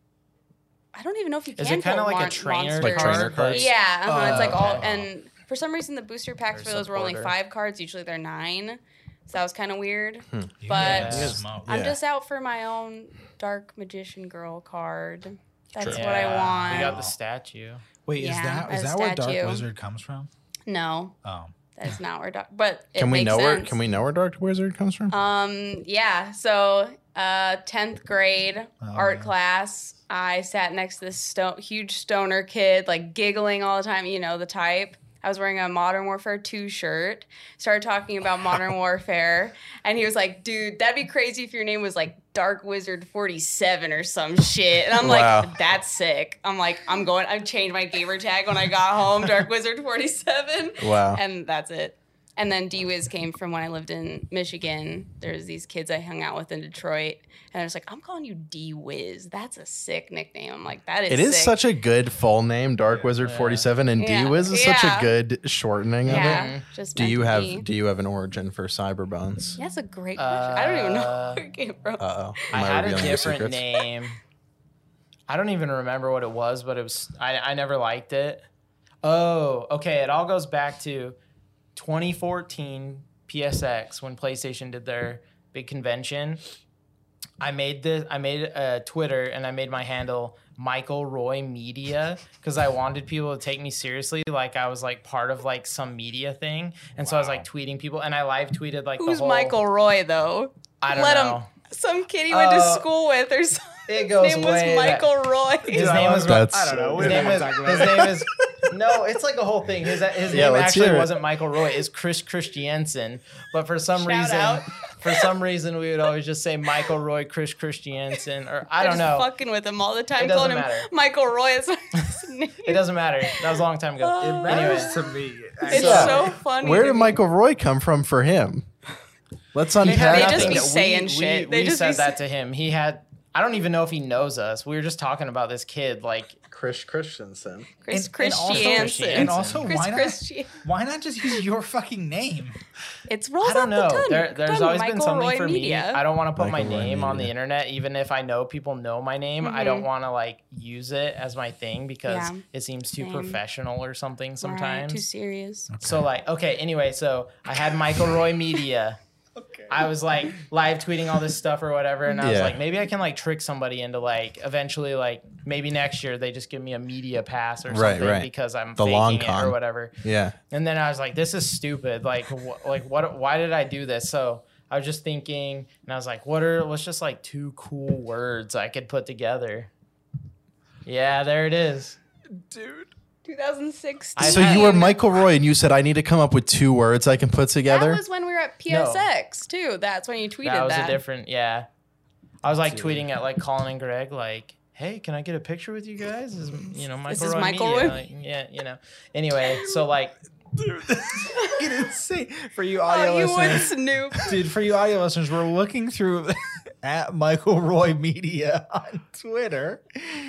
C: I don't even know if you can.
D: is it kind
C: pull
D: of like
C: mon-
D: a trainer
A: Like
C: monsters.
A: trainer
D: card?
A: cards?
C: Yeah, uh-huh, it's like all
D: Okay.
C: and for some reason the booster packs
D: Or
C: for those were only
D: supporter.
C: five cards. Usually they're nine, so that was kind of weird.
B: You
C: But-
B: guys smoke.
C: I'm
A: Yeah.
C: just out for my own dark magician girl card. That's
A: True.
C: what I
D: Yeah, We
C: want.
D: got the statue.
B: Wait,
C: Yeah,
B: is that is
C: a
B: that where Dark
C: statue.
B: Wizard comes from?
C: No,
B: Oh.
C: that's not where dark. But it
A: Can we
C: makes
A: know where
C: sense.
A: Can we know where Dark Wizard comes from?
C: Um. Yeah. So, uh, tenth grade
B: Oh,
C: art
B: yeah.
C: class. I sat next to this stone, huge stoner kid, like giggling all the time. You know the type. I was wearing a Modern Warfare 2 shirt. Started talking about Modern Warfare, and he was like, "Dude, that'd be crazy if your name was like Dark Wizard 47 or some shit." And I'm
A: Wow.
C: like, "That's sick." I'm like, "I'm going. I changed my gamer tag when I got home, Dark Wizard 47."
A: Wow.
C: and that's it. And then D-Wiz came from when I lived in Michigan. There's these kids I hung out with in Detroit, and I was like, I'm calling you D-Wiz. That's a sick nickname. I'm like, that is
A: It is
C: sick.
A: such a good full name, Dark Wizard
D: Yeah.
A: forty seven, and
C: Yeah.
A: D Wiz is such a
C: Yeah.
A: good shortening of it.
C: yeah,
D: Mhm.
C: just
A: Do
C: meant
A: you
C: to
A: have
C: be.
A: Do you have an origin for Cyberbones?
C: That's a great question. I don't even know
D: Uh,
C: where it came from.
A: Uh oh.
D: I had a different name. I don't even remember what it was, but it was I, I never liked it. Oh, okay. It all goes back to 2014 PSX when PlayStation did their big convention. I made this. I made a Twitter and I made my handle Michael Roy Media because I wanted people to take me seriously, like I was like part of like some media thing. And so I was like tweeting people, and I live tweeted like
C: Who's
D: the whole,
C: Michael Roy though?
D: I don't
C: Let
D: know.
C: him. Some kid he went to
D: Uh,
C: school with or something.
D: It goes
C: His name was
D: way back.
C: Michael Roy. [laughs]
D: His
E: I
D: name
E: love
D: was
A: That's
D: I don't know.
E: so
D: His name is
E: good.
D: his name is no. It's like a whole thing. His his
A: Yeah,
D: name
A: let's hear
D: actually
A: it.
D: wasn't Michael Roy. It's Chris Christiansen. But for some
C: Shout
D: reason,
C: out.
D: for some reason, we would always just say Michael Roy, Chris Christiansen, or I don't
C: just
D: know.
C: Fucking with him all the time,
D: It doesn't
C: calling him
D: matter.
C: Michael Roy.
D: [laughs]
C: It's not his name.
D: It doesn't matter. That was a long time ago.
C: Uh,
D: Anyways,
E: to me.
C: It's
A: Yeah.
C: so funny.
A: Where
C: to
A: did
C: me.
A: Michael Roy come from for him? Let's
D: It
A: unpack
D: had
C: They just
D: nothing
C: be
D: that
A: that.
D: we-
C: saying
D: we-
C: shit.
D: We,
C: They just be
D: said that
C: s-
D: to him. He had. I don't even know if he knows us. We were just talking about this kid. Like,
A: Chris Christensen.
C: Chris
B: And- and also-
C: Christiansen.
B: And also,
C: Chris
B: why not?
C: Christian.
B: Why not just use your fucking name?
C: It's rolls
D: I don't
C: off
D: know.
C: the tongue.
D: There, there's
C: Done.
D: always
C: Michael
D: been something
C: Roy
D: for
C: Media.
D: me. I don't want to put my
A: Michael Roy
D: name on the
A: Media.
D: internet, even if I know people know my name. I don't want to like use it as my thing because
C: Mm-hmm. Yeah.
D: it seems too
C: Same.
D: professional or something
C: All right,
D: sometimes.
C: too serious.
D: So like, okay. Anyway, so I had Michael Roy Media.
E: Okay.
D: I was like live tweeting all this stuff or whatever, and I was
A: Yeah.
D: like, maybe I can like trick somebody into like eventually, like maybe next year they just give me a media pass or
A: Right,
D: something
A: right.
D: because I'm
A: The
D: faking
A: long
D: it or
A: con.
D: whatever.
A: Yeah.
D: And then I was like, this is stupid. Like, wh- like what? Why did I do this? So I was just thinking, and I was like, what are? What's just like two cool words I could put together? Yeah, there it is.
C: 2016.
D: I-
A: so you were Michael Roy, and you said I need to come up with two words I can put together.
C: That was when we were at PSX too. That's when you tweeted that.
D: that was a different. Yeah, I was like tweeting at like Colin and Greg, like, "Hey, can I get a picture with you guys?" This Is you know Michael
C: is
D: Roy
C: Michael
D: Media,
C: Roy.
D: like, yeah, you know. Anyway, so like,
B: [laughs] It is insane for you
C: oh,
B: audio
C: you would
B: listeners.
C: snoop.
D: [laughs]
B: Dude, for you audio listeners, we're looking through [laughs] at Michael Roy Media on Twitter.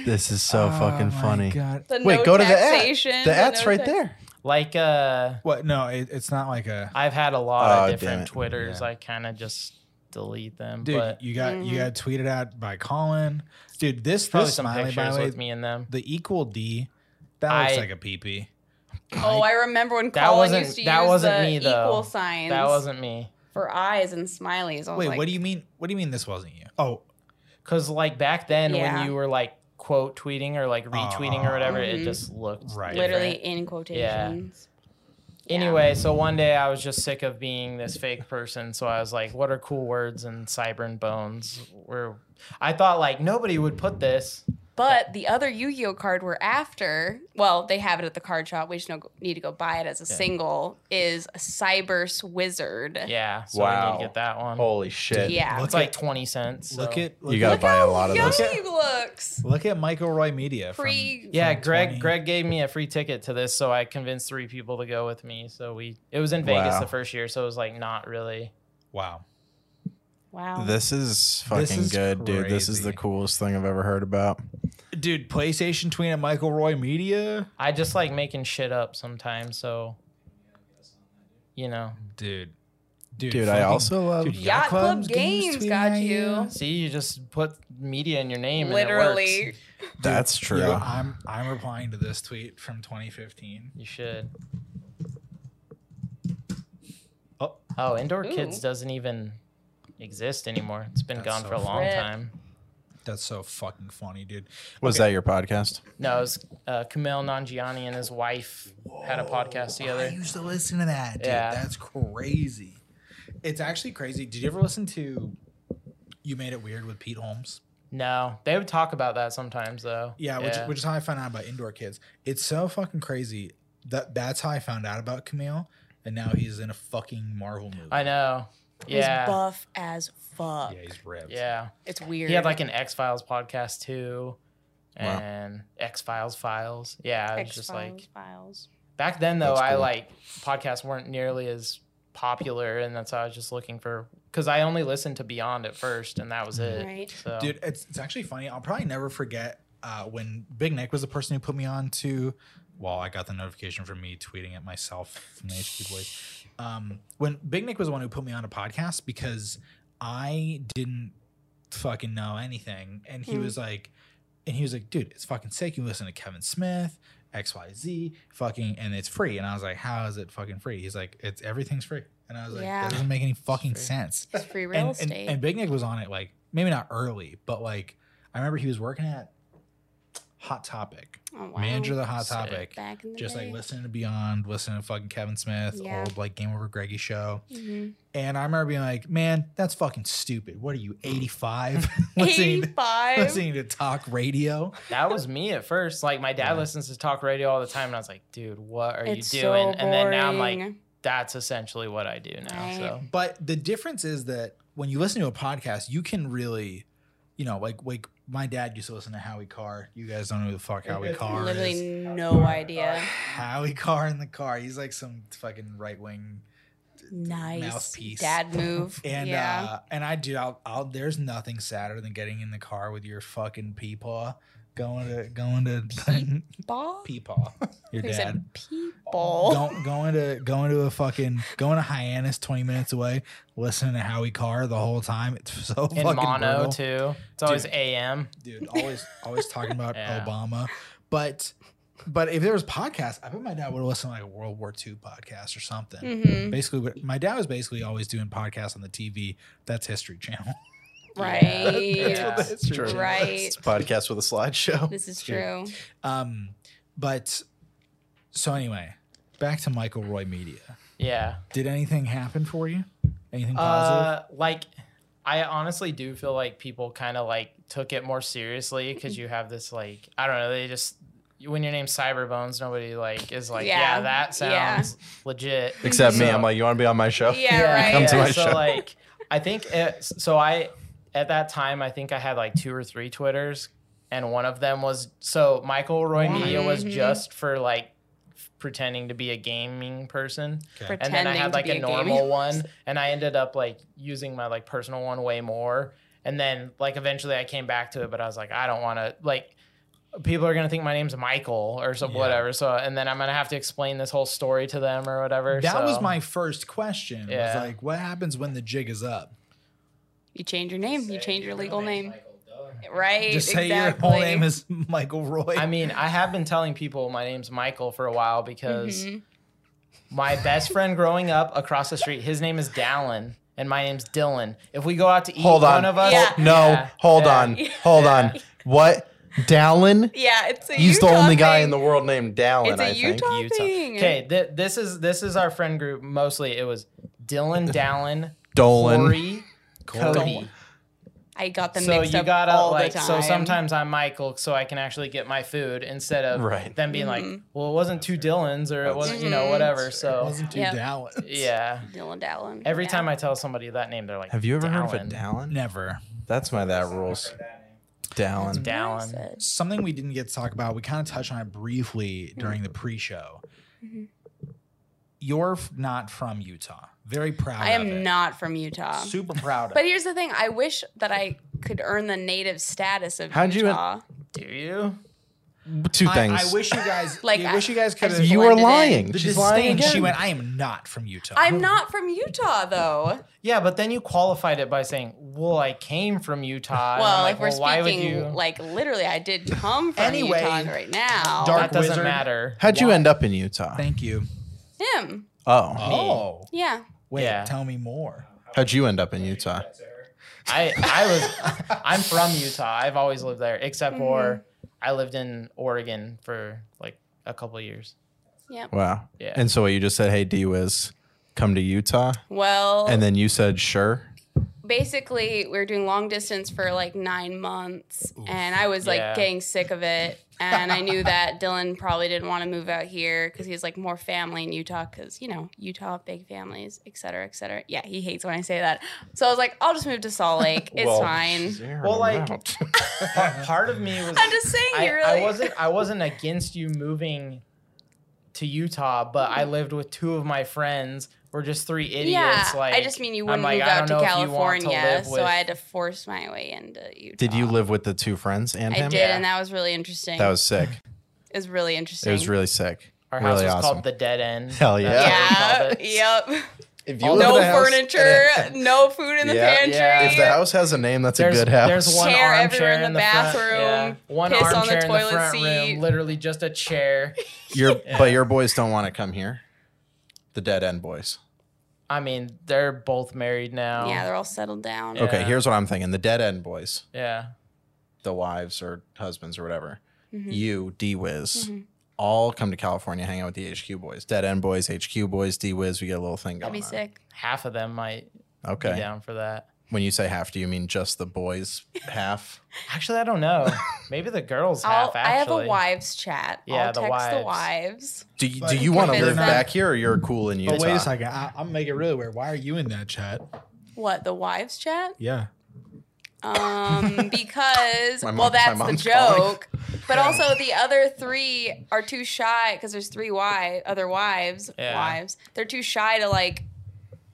A: this is so
C: Oh
A: fucking funny.
B: God.
C: The
A: Wait,
C: no
A: go to the ad.
C: taxation,
A: The ad's
C: no
A: right
C: tax-
A: there.
D: like uh,
B: What? No, it, it's not like a
D: I've had a lot
A: Oh, damn
D: of different
A: it.
D: Twitters. I kind of just delete them,
B: dude.
D: but
B: you got you got tweeted at by Colin. Dude, this
D: probably
B: this
D: some
B: smiley by
D: pictures
B: the way,
D: with me in them.
B: the equal D. That looks
D: I-
B: like a peepee.
C: Oh, I remember when
D: That
C: Colin
D: wasn't-
C: used to
D: that
C: use
D: wasn't
C: the
D: me, though.
C: equal signs
D: That wasn't me.
C: for eyes and smileys. I was
B: Wait,
C: like,
B: what do you mean? What do you mean this wasn't you? Oh,
D: Cause like back then
C: Yeah. Mm-hmm.
D: when you were like quote tweeting or like retweeting or whatever, it just looked
B: Right.
C: Literally
D: different.
C: in quotations.
D: Anyway, so one day I was just sick of being this fake person, so I was like, "What are cool words and cyber and bones?" Where I thought like nobody would put this.
C: But the other Yu-Gi-Oh card we're after, well, they have it at the card shop. We just no, need to go buy it as a single. Is Cyber's Wizard?
D: Yeah, so I need
A: Wow.
D: to get that one.
A: Holy shit!
C: Yeah.
D: it's like twenty cents.
B: Oh, look
D: so-
B: at look,
A: You gotta
B: at,
A: buy a lot of
C: Young
A: those.
C: he looks
B: look at Michael Roy Media. from-
C: pre.
D: yeah. Greg
B: 20.
D: Greg gave me a free ticket to this, so I convinced three people to go with me. So we it was in Vegas
A: Wow.
D: the first year, so it was like not really.
B: wow.
C: Wow.
A: This is fucking
B: is
A: good, dude. This is the
B: crazy.
A: coolest thing I've ever heard about.
B: Dude, PlayStation tweet at Michael Roy Media.
D: I just like making shit up sometimes, so you know.
B: Dude, dude,
A: Dude, I
B: fucking-
A: also love-
B: dude,
C: Yacht Club
B: Club's
C: Games
B: tweeting
C: got
B: at
C: you.
D: See, you just put media in your name. and it works.
C: Literally,
A: That's true.
B: Yo, I'm I'm replying to this tweet from 2015.
D: You should.
B: Oh.
D: Oh, Indoor Kids
C: Ooh.
D: doesn't even exist anymore. It's been
B: That's
D: gone
B: so
D: for a long
C: Rip.
D: time.
B: That's so fucking funny, dude.
A: Was that your
C: [laughs]
A: podcast?
D: No, it was uh, Kumail Nanjiani and his wife had a podcast
B: Oh, I
D: together.
B: used to listen to that, dude.
D: Yeah.
B: That's crazy. It's actually crazy. Did you ever listen to You Made It Weird with Pete Holmes?
D: No, they would talk about that sometimes though.
B: Yeah, which, which is how I found out about indoor kids. It's so fucking crazy. That that's how I found out about Camille, and now he's in a fucking Marvel movie.
D: I know.
C: he's
D: Yeah,
C: buff as fuck.
B: Yeah, he's ripped.
D: yeah.
C: It's weird.
D: He had like an X Files podcast too,
A: Wow.
D: and X Files files. Yeah, it was just
C: X-Files
D: like
C: files.
D: back then though
A: That's
D: i
A: cool.
D: like podcasts weren't nearly as popular and that's why i was just looking for because i only listened to beyond at first and that was it
C: Right.
D: so
B: Mm-hmm. dude. It's it's actually funny. I'll probably never forget uh, when Big Nick was the person who put me on to. Well, I got the notification from me tweeting at myself from the HQ Boys. Um, when Big Nick was the one who put me on a podcast because I didn't fucking know anything, and he
C: Mm.
B: was like, And he was like, dude, it's fucking sick. You listen to Kevin Smith, XYZ, fucking, and it's free. And I was like, how is it fucking free? He's like, it's everything's free. And I was like,
C: Yeah.
B: that doesn't make any fucking
D: free.
B: sense.
C: It's free real
B: And, and,
C: estate.
B: and Big Nick was on it, like, maybe not early, but like, I remember he was working at Hot Topic,
C: oh, wow.
B: manager of the Hot
D: Sick.
B: Topic.
C: Back in the
B: Just
C: day.
B: like listening to Beyond, listening to fucking Kevin Smith,
C: Yeah.
B: old like Game Over Greggy show.
C: Mhm.
B: And I remember being like, man, that's fucking stupid. What are you, 85? [laughs]
C: [laughs]
B: listening,
C: 85.
B: listening to talk radio?
D: That was me at first. Like my dad listens to talk radio all the time, and I was like, dude, what are
C: It's
D: you
C: so
D: doing?
C: boring.
D: and then now I'm like, that's essentially what I do now.
C: Right.
D: So
B: But the difference is that when you listen to a podcast, you can really, you know, like like my dad used to listen to Howie Carr. You guys don't know who the fuck Howie Carr is.
C: literally no idea.
B: Howie Carr in the car. He's like some fucking right wing
C: Nice.
B: Mouthpiece.
C: Dad move.
B: [laughs] And
C: yeah.
B: uh, and I do. I'll, I'll. There's nothing sadder than getting in the car with your fucking peepaw, going to going to
C: Ball?
B: [laughs] peepaw. Your
C: He
B: dad.
C: said people.
B: Go- going to going to a fucking going to Hyannis twenty minutes away, listening to Howie Carr the whole time. It's so
D: in
B: fucking
D: mono
B: brutal.
D: too. It's always
B: Dude.
D: AM.
B: dude. Always, always talking about
D: [laughs] Yeah.
B: Obama. But, but if there was podcasts, I bet my dad would listen to like a World War II podcast or something.
C: hmm
B: Basically, what- my dad was basically always doing podcasts on the TV. That's History Channel. [laughs]
C: Right.
D: Yeah.
A: [laughs]
B: That's History
A: True.
B: Channel
C: Right.
B: is.
A: It's a podcast with a slideshow.
C: This is true.
B: Dude. Um, but so anyway, back to Michael Roy Media.
D: Yeah.
B: Did anything happen for you? Anything positive?
D: Uh, like I honestly do feel like people kind of like took it more seriously because you have this like I don't know they just when your name's Cyberbones nobody like is like yeah,
C: Yeah.
D: that
C: Yeah.
D: sounds legit
A: Except me.
D: So-
A: I'm like, you want to be on my show?
C: Yeah, right.
A: Come to my
D: so
A: show.
D: like I think it, so I at that time I think I had like two or three Twitters and one of them was so Michael Roy
B: Why?
D: Media was
C: Mhm.
D: just for like pretending to be a gaming person
B: Okay.
D: and then I
C: pretending
D: had
C: to
D: like
C: be
D: a
C: a gaming [laughs]
D: normal one, and I ended up like using my like personal one way more. And then like eventually I came back to it, but I was like, I don't want to like people are gonna think my name's Michael or so
B: Yeah.
D: whatever. So and then I'm gonna have to explain this whole story to them or whatever.
B: That was
D: so-
B: my first question.
D: Yeah.
B: Was like, what happens when the jig is up?
C: You change your name. You
E: Say,
C: change your
E: middle
C: legal
E: name's
C: name.
E: Michael, duh.
C: Right.
B: Just say
C: E, exactly.
B: your whole name is [laughs] Michael Roy.
D: I mean, I have been telling people my name's Michael for a while because
C: Mhm.
D: my best friend growing up across the street, his name is Dallin, and my name's Dylan. If we go out to eat,
A: Hold on.
D: one of us,
C: Yeah.
A: No,
D: Yeah.
A: hold
D: Yeah.
A: on. Hold on. What? Dallin?
C: [laughs] Yeah, it's a
A: He's the
C: Utah
A: only guy in the
C: thing.
A: world named Dallin,
C: It's a
A: I think.
C: Utah,
D: Utah.
C: thing.
D: Okay, th- this is this is our friend group mostly. It was
A: [laughs]
D: Dylan, Dallin,
A: Dolan.
D: Corey,
B: Corey.
D: Cody.
C: I got them
D: So
C: mixed
D: you
C: up
D: gotta
C: all
D: like.
C: the time.
D: So sometimes I'm Michael, so I can actually get my food instead of
A: Right.
D: them being like,
C: Mhm.
D: well, it wasn't two Dylans or it wasn't you know
C: Mhm.
D: whatever.
B: it [laughs]
D: So
B: wasn't too
C: Yep.
B: Dallas.
D: yeah,
C: Dylan Dallin.
D: every
C: yeah.
D: time I tell somebody that name, they're like,
A: Have you ever
D: Dallin.
A: heard of a Dallin?
B: Never.
A: That's my that rules. Dallin.
D: Dallin.
C: Said.
B: Something we didn't get to talk about, we kind of touched on it briefly during the pre show.
C: Mhm.
B: You're f- not from Utah. Very proud
C: I
B: of
C: am
B: it.
C: not from Utah.
B: Super proud of
C: But
B: it.
C: here's the thing: I wish that I could earn the native status of
A: How'd you-
C: Utah.
D: Do you?
A: Two
B: I-
A: things.
B: I, wish you guys,
C: Like,
B: like, I
C: I-
B: wish you guys
C: I
B: could have.
C: just
A: you
C: blend
A: are
C: it in.
A: lying.
B: The
A: She's lying
B: disdain.
A: again.
B: She went, I am not from Utah.
C: I'm not from Utah, though.
D: Yeah, but then you qualified it by saying, "Well, I came from Utah." And I'm
C: Well,
D: like,
C: if we're
D: why would
C: speaking
D: you?
C: like literally, I did come from
B: Anyway,
C: Utah right now.
B: Dark
D: that doesn't
B: Wizard.
D: matter.
A: How'd you
B: Why?
A: end up in Utah?
B: Thank you.
C: Him,
A: Oh.
B: Oh.
C: yeah.
B: Wait,
D: Yeah.
B: tell me more.
A: How'd you end up in Utah?
D: I
C: [laughs]
D: I was I'm from Utah. I've always lived there, except
C: Mm-hmm.
D: for I lived in Oregon for like a couple of years.
A: Wow.
D: Yeah.
A: And so what, you just said, hey, D Wiz, come to Utah?
C: Well,
A: And then you said, sure.
C: basically, we were doing long distance for like nine months, and I was like
D: Yeah.
C: getting sick of it. And
A: [laughs]
C: I knew that Dylan probably didn't want to move out here because he has like more family in Utah, because you know Utah, big families, et cetera, et cetera. Yeah, he hates when I say that. So I was like, I'll just move to Salt
A: [laughs]
C: Lake. It's fine.
D: Well, like- [laughs] Part, part of me
C: [laughs]
D: was
C: I'm just saying,
D: I,
C: you
D: I
C: really.
D: wasn't I wasn't against you moving to Utah, but I lived with two of my friends. We're just three idiots.
C: Mm-hmm. yeah,
D: like
C: I just mean you wouldn't
D: I'm like,
C: move
D: I
C: out
D: don't
C: to
D: know if you want to
C: California,
D: live
C: so
D: with-
C: I had to force my way into Utah.
A: Did you live with the two friends and
C: Ah. I
A: him?
C: did, and that was really interesting.
A: That was sick.
C: it was really interesting.
A: It was really sick.
D: our house
A: really
D: was
A: awesome.
D: called the Dead End.
A: Hell
D: That's
A: yeah.
D: what we
C: yeah,
D: called it.
C: [laughs] yep.
A: If
D: Oh,
A: live
C: no
A: in a house-
C: furniture,
A: [laughs]
C: no food in the
A: Yeah.
C: pantry.
D: Yeah.
A: If the house has a name, that's
D: there's,
A: a good house.
D: There's one
C: Chair
D: armchair
C: everywhere in the
D: front,
C: bathroom,
D: yeah. One
C: piss on the
D: armchair in
C: toilet
D: the front
C: seat.
D: room. Literally just a chair.
C: [laughs]
A: Your but your boys don't want to come here. The dead end boys.
D: I mean, they're both married now.
C: Yeah, they're all settled down.
D: Yeah.
A: Okay, here's what I'm thinking. The dead end boys,
D: yeah.
A: the wives or husbands or whatever.
C: Mhm.
A: You, D Wiz,
C: Mhm.
A: all come to California, hang out with the HQ boys. Dead end boys, HQ boys, D Wiz, we get a little thing going.
C: That'd be
A: on.
C: sick.
D: Half of them might be
A: Okay.
D: down for that.
A: When you say half, do you mean just the
C: [laughs]
A: boys half?
D: Actually, I
A: [laughs]
D: don't know. Maybe the girls
C: I'll,
D: half.
C: I have
D: Actually,
C: a wives chat.
D: Yeah,
C: I'll
D: the
C: text the
D: wives.
C: wives.
A: Do you, do
B: Like,
A: you want to live
C: convince
B: them.
A: back here or you're cool in Utah?
B: But wait a second, I, I'm gonna make it really weird. Why are you in that chat?
C: What the wives chat?
B: Yeah,
D: [laughs]
C: Um, because
A: My mom- my
C: well, that's the
A: mom's [laughs]
C: joke. But also the other three are too shy because there's three wives, other wives,
D: Yeah.
C: wives. They're too shy to like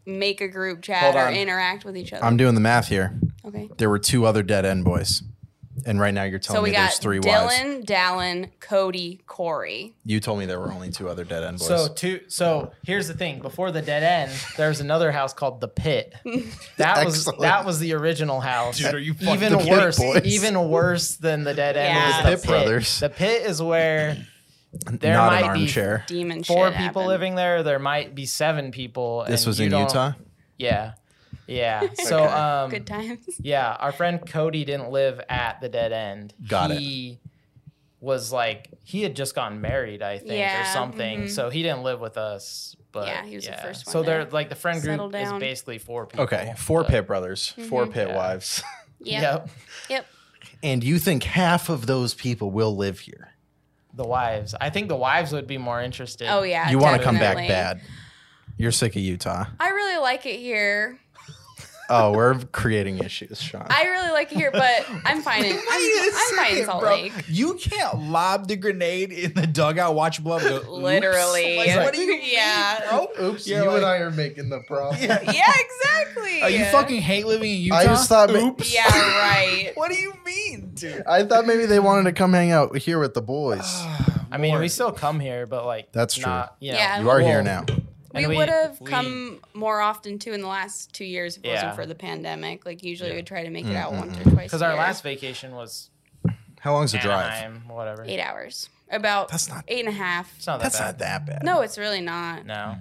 C: make a group chat
E: Hold
C: or
E: on.
C: interact with each other.
A: I'm doing the math here.
C: okay.
A: There were two other dead end boys. And right now you're telling
C: So we
A: me
C: got
A: there's three wives.
C: Dylan, Dallin, Cody, Corey.
A: You told me there were only two other dead end boys.
D: So two. So here's the thing. Before the dead end, there's another house called
C: [laughs]
D: the Pit. That was
A: Excellent.
D: that was the original house.
B: Dude, are you fucking
D: even
A: the Pit
D: worse?
A: Boys?
D: Even worse than the dead end
C: Yeah.
D: was
A: The
D: the
A: Pit
D: Pit.
A: Brothers.
D: The Pit is where there
A: Not an
D: might be
A: armchair.
C: Demon shit.
D: four people
C: happened.
D: living there. There might be seven people.
A: This
D: and
A: was
D: you
A: in
D: don't-
A: Utah.
D: Yeah.
C: [laughs]
D: Yeah. So
A: Okay.
D: um
C: Good times. [laughs]
D: yeah, our friend Cody didn't live at the dead end.
A: Got it.
D: he was like he had just gotten married, I think,
C: Yeah,
D: or something.
C: mhm.
D: So he didn't live with us. But
C: Yeah, he was the first one
D: So
C: to
D: they're like the friend
C: settle
D: group
C: down.
D: is basically four people.
A: Okay, four
D: but-
A: pit brothers, four
C: Mhm.
A: pit
D: Yeah.
A: wives, [laughs]
C: Yep.
D: Yep.
C: Yep.
A: and you think half of those people will live here?
D: The wives. I think the wives would be more interested.
C: Oh yeah.
A: you want to come back
C: definitely.
A: bad? You're sick of Utah.
C: I really like it here.
A: Oh, we're creating issues, Sean.
C: I really like it here, but I'm fine in I'm, I'm fine in Salt Lake.
B: You can't lob the grenade in the dugout. Watch blood. go, "Oops."
C: Literally.
B: Like, what do you mean,
C: [laughs] Yeah.
B: bro?
A: Oops,
B: You're like-
A: I are making the problem.
C: Yeah, exactly.
B: Uh, you fucking hate living in Utah.
A: I just thought ma-
B: Oops.
C: [laughs] Yeah,
B: [laughs]
C: right.
B: What do you mean, dude?
A: [laughs] I thought maybe they wanted to come hang out here with the boys.
B: [sighs] Ah,
D: I mean, we still come here, but like
A: That's true.
D: not, you know,
C: Yeah.
A: you are here now.
D: Well,
C: We,
D: and
C: would have
D: we-
C: come more often too in the last two years if it
D: Yeah.
C: wasn't for the pandemic. Like usually
D: Yeah.
C: we'd try to make it out
A: Mm,
C: once
A: mm,
C: or twice.
D: Because
C: a
D: our
C: year.
D: last vacation was
A: How long's the drive?
D: Anaheim, whatever.
C: eight hours. About
A: That's not.
C: eight and a half.
D: It's not that
A: That's
D: bad.
A: not that bad.
C: No, it's really not.
D: No.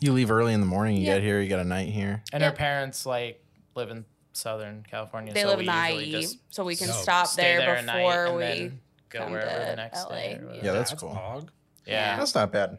A: You leave early in the morning. You
C: Yeah.
A: get here. You got a night here.
D: And
C: Yeah.
D: her parents like live in Southern California.
C: They
D: so
C: live
D: we
C: in E. the
D: usually
C: IE,
D: just
C: so we can
B: So,
C: stop
D: stay
C: there,
D: there a night
C: before
D: and
C: we.
D: then go
C: come
D: wherever
C: to
D: the next day.
C: LA.
D: or
A: Yeah,
D: whatever.
A: that's cool.
B: hog.
D: yeah.
A: That's not bad.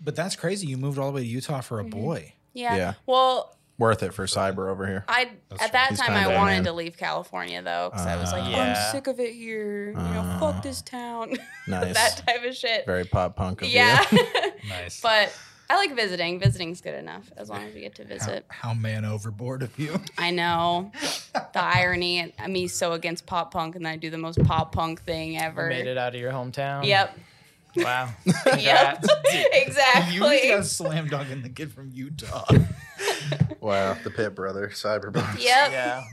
B: But that's crazy. You moved all the way to Utah for a
C: Mhm.
B: boy.
C: Yeah.
A: Yeah.
C: Well,
A: Worth it for cyber over here.
C: I
B: That's
C: at
B: true.
C: that
A: He's
C: time
A: kinda
C: I
A: there,
C: wanted
A: man.
C: to leave California though, because I was like,
A: Uh,
D: Yeah.
C: I'm sick of it here. you know,
A: Uh,
C: fuck this town, [laughs]
A: Nice.
C: [laughs] that type of shit.
A: Very pop punk of
C: yeah.
A: [laughs] you.
B: Nice.
C: but I like visiting. Visiting's good enough as long as you get to
B: How,
C: visit.
B: how man overboard of you. [laughs]
C: I know the irony. and- and Me so against pop punk, and I do the most pop punk thing
D: You
C: ever.
D: made it um, out of your hometown. [laughs]
C: Yep.
D: Wow. [laughs]
C: Yep.
D: Congrats.
C: exactly.
B: You
D: [laughs]
B: just slam dunking the kid from
C: [laughs]
B: Utah.
A: Wow, the Pit Brother,
B: [laughs]
A: Cyberpunk.
C: Yep.
D: Yeah.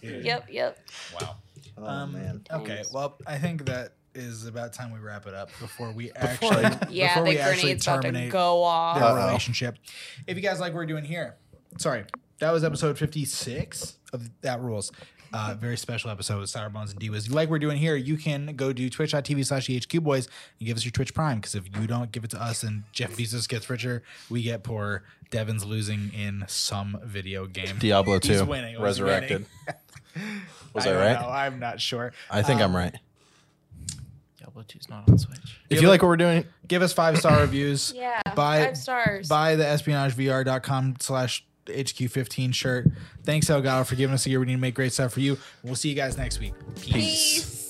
B: Dude.
C: Yep. Yep.
B: Wow.
A: Oh
B: um,
A: man.
B: Okay.
C: Times.
B: Well, I think that is about time we wrap it up before we
D: Before-
B: actually
C: Yeah.
B: before
C: The
B: we actually
C: grenade's about to
B: terminate
C: go off.
B: their
A: Uh-oh.
B: relationship. If you guys like what we're doing here, sorry, that was episode 56 of That Rules. Uh, very special episode with Sour Bones and D Wiz. If you like what we're doing here, you can go to twitch.tv slash EHQ Boys and give us your Twitch Prime because if you don't give it to us and Jeff Bezos gets richer, we get poor. Devin's losing in some video game.
A: Diablo
B: He's
A: 2
B: winning, he's
A: resurrected. Was [laughs] I,
B: don't
A: right?
B: know, I'm not sure.
A: I think
B: Um,
A: I'm right.
D: Diablo 2's not on Switch.
A: If
B: give
A: you
B: it-
A: like what we're doing,
B: Give us
A: [laughs]
B: five star reviews.
C: Yeah.
B: Buy-
C: five stars.
B: buy the espionagevr.com slash hq15 shirt thanks elgato for giving us a year we need to make great stuff for you we'll see you guys next week
C: Peace.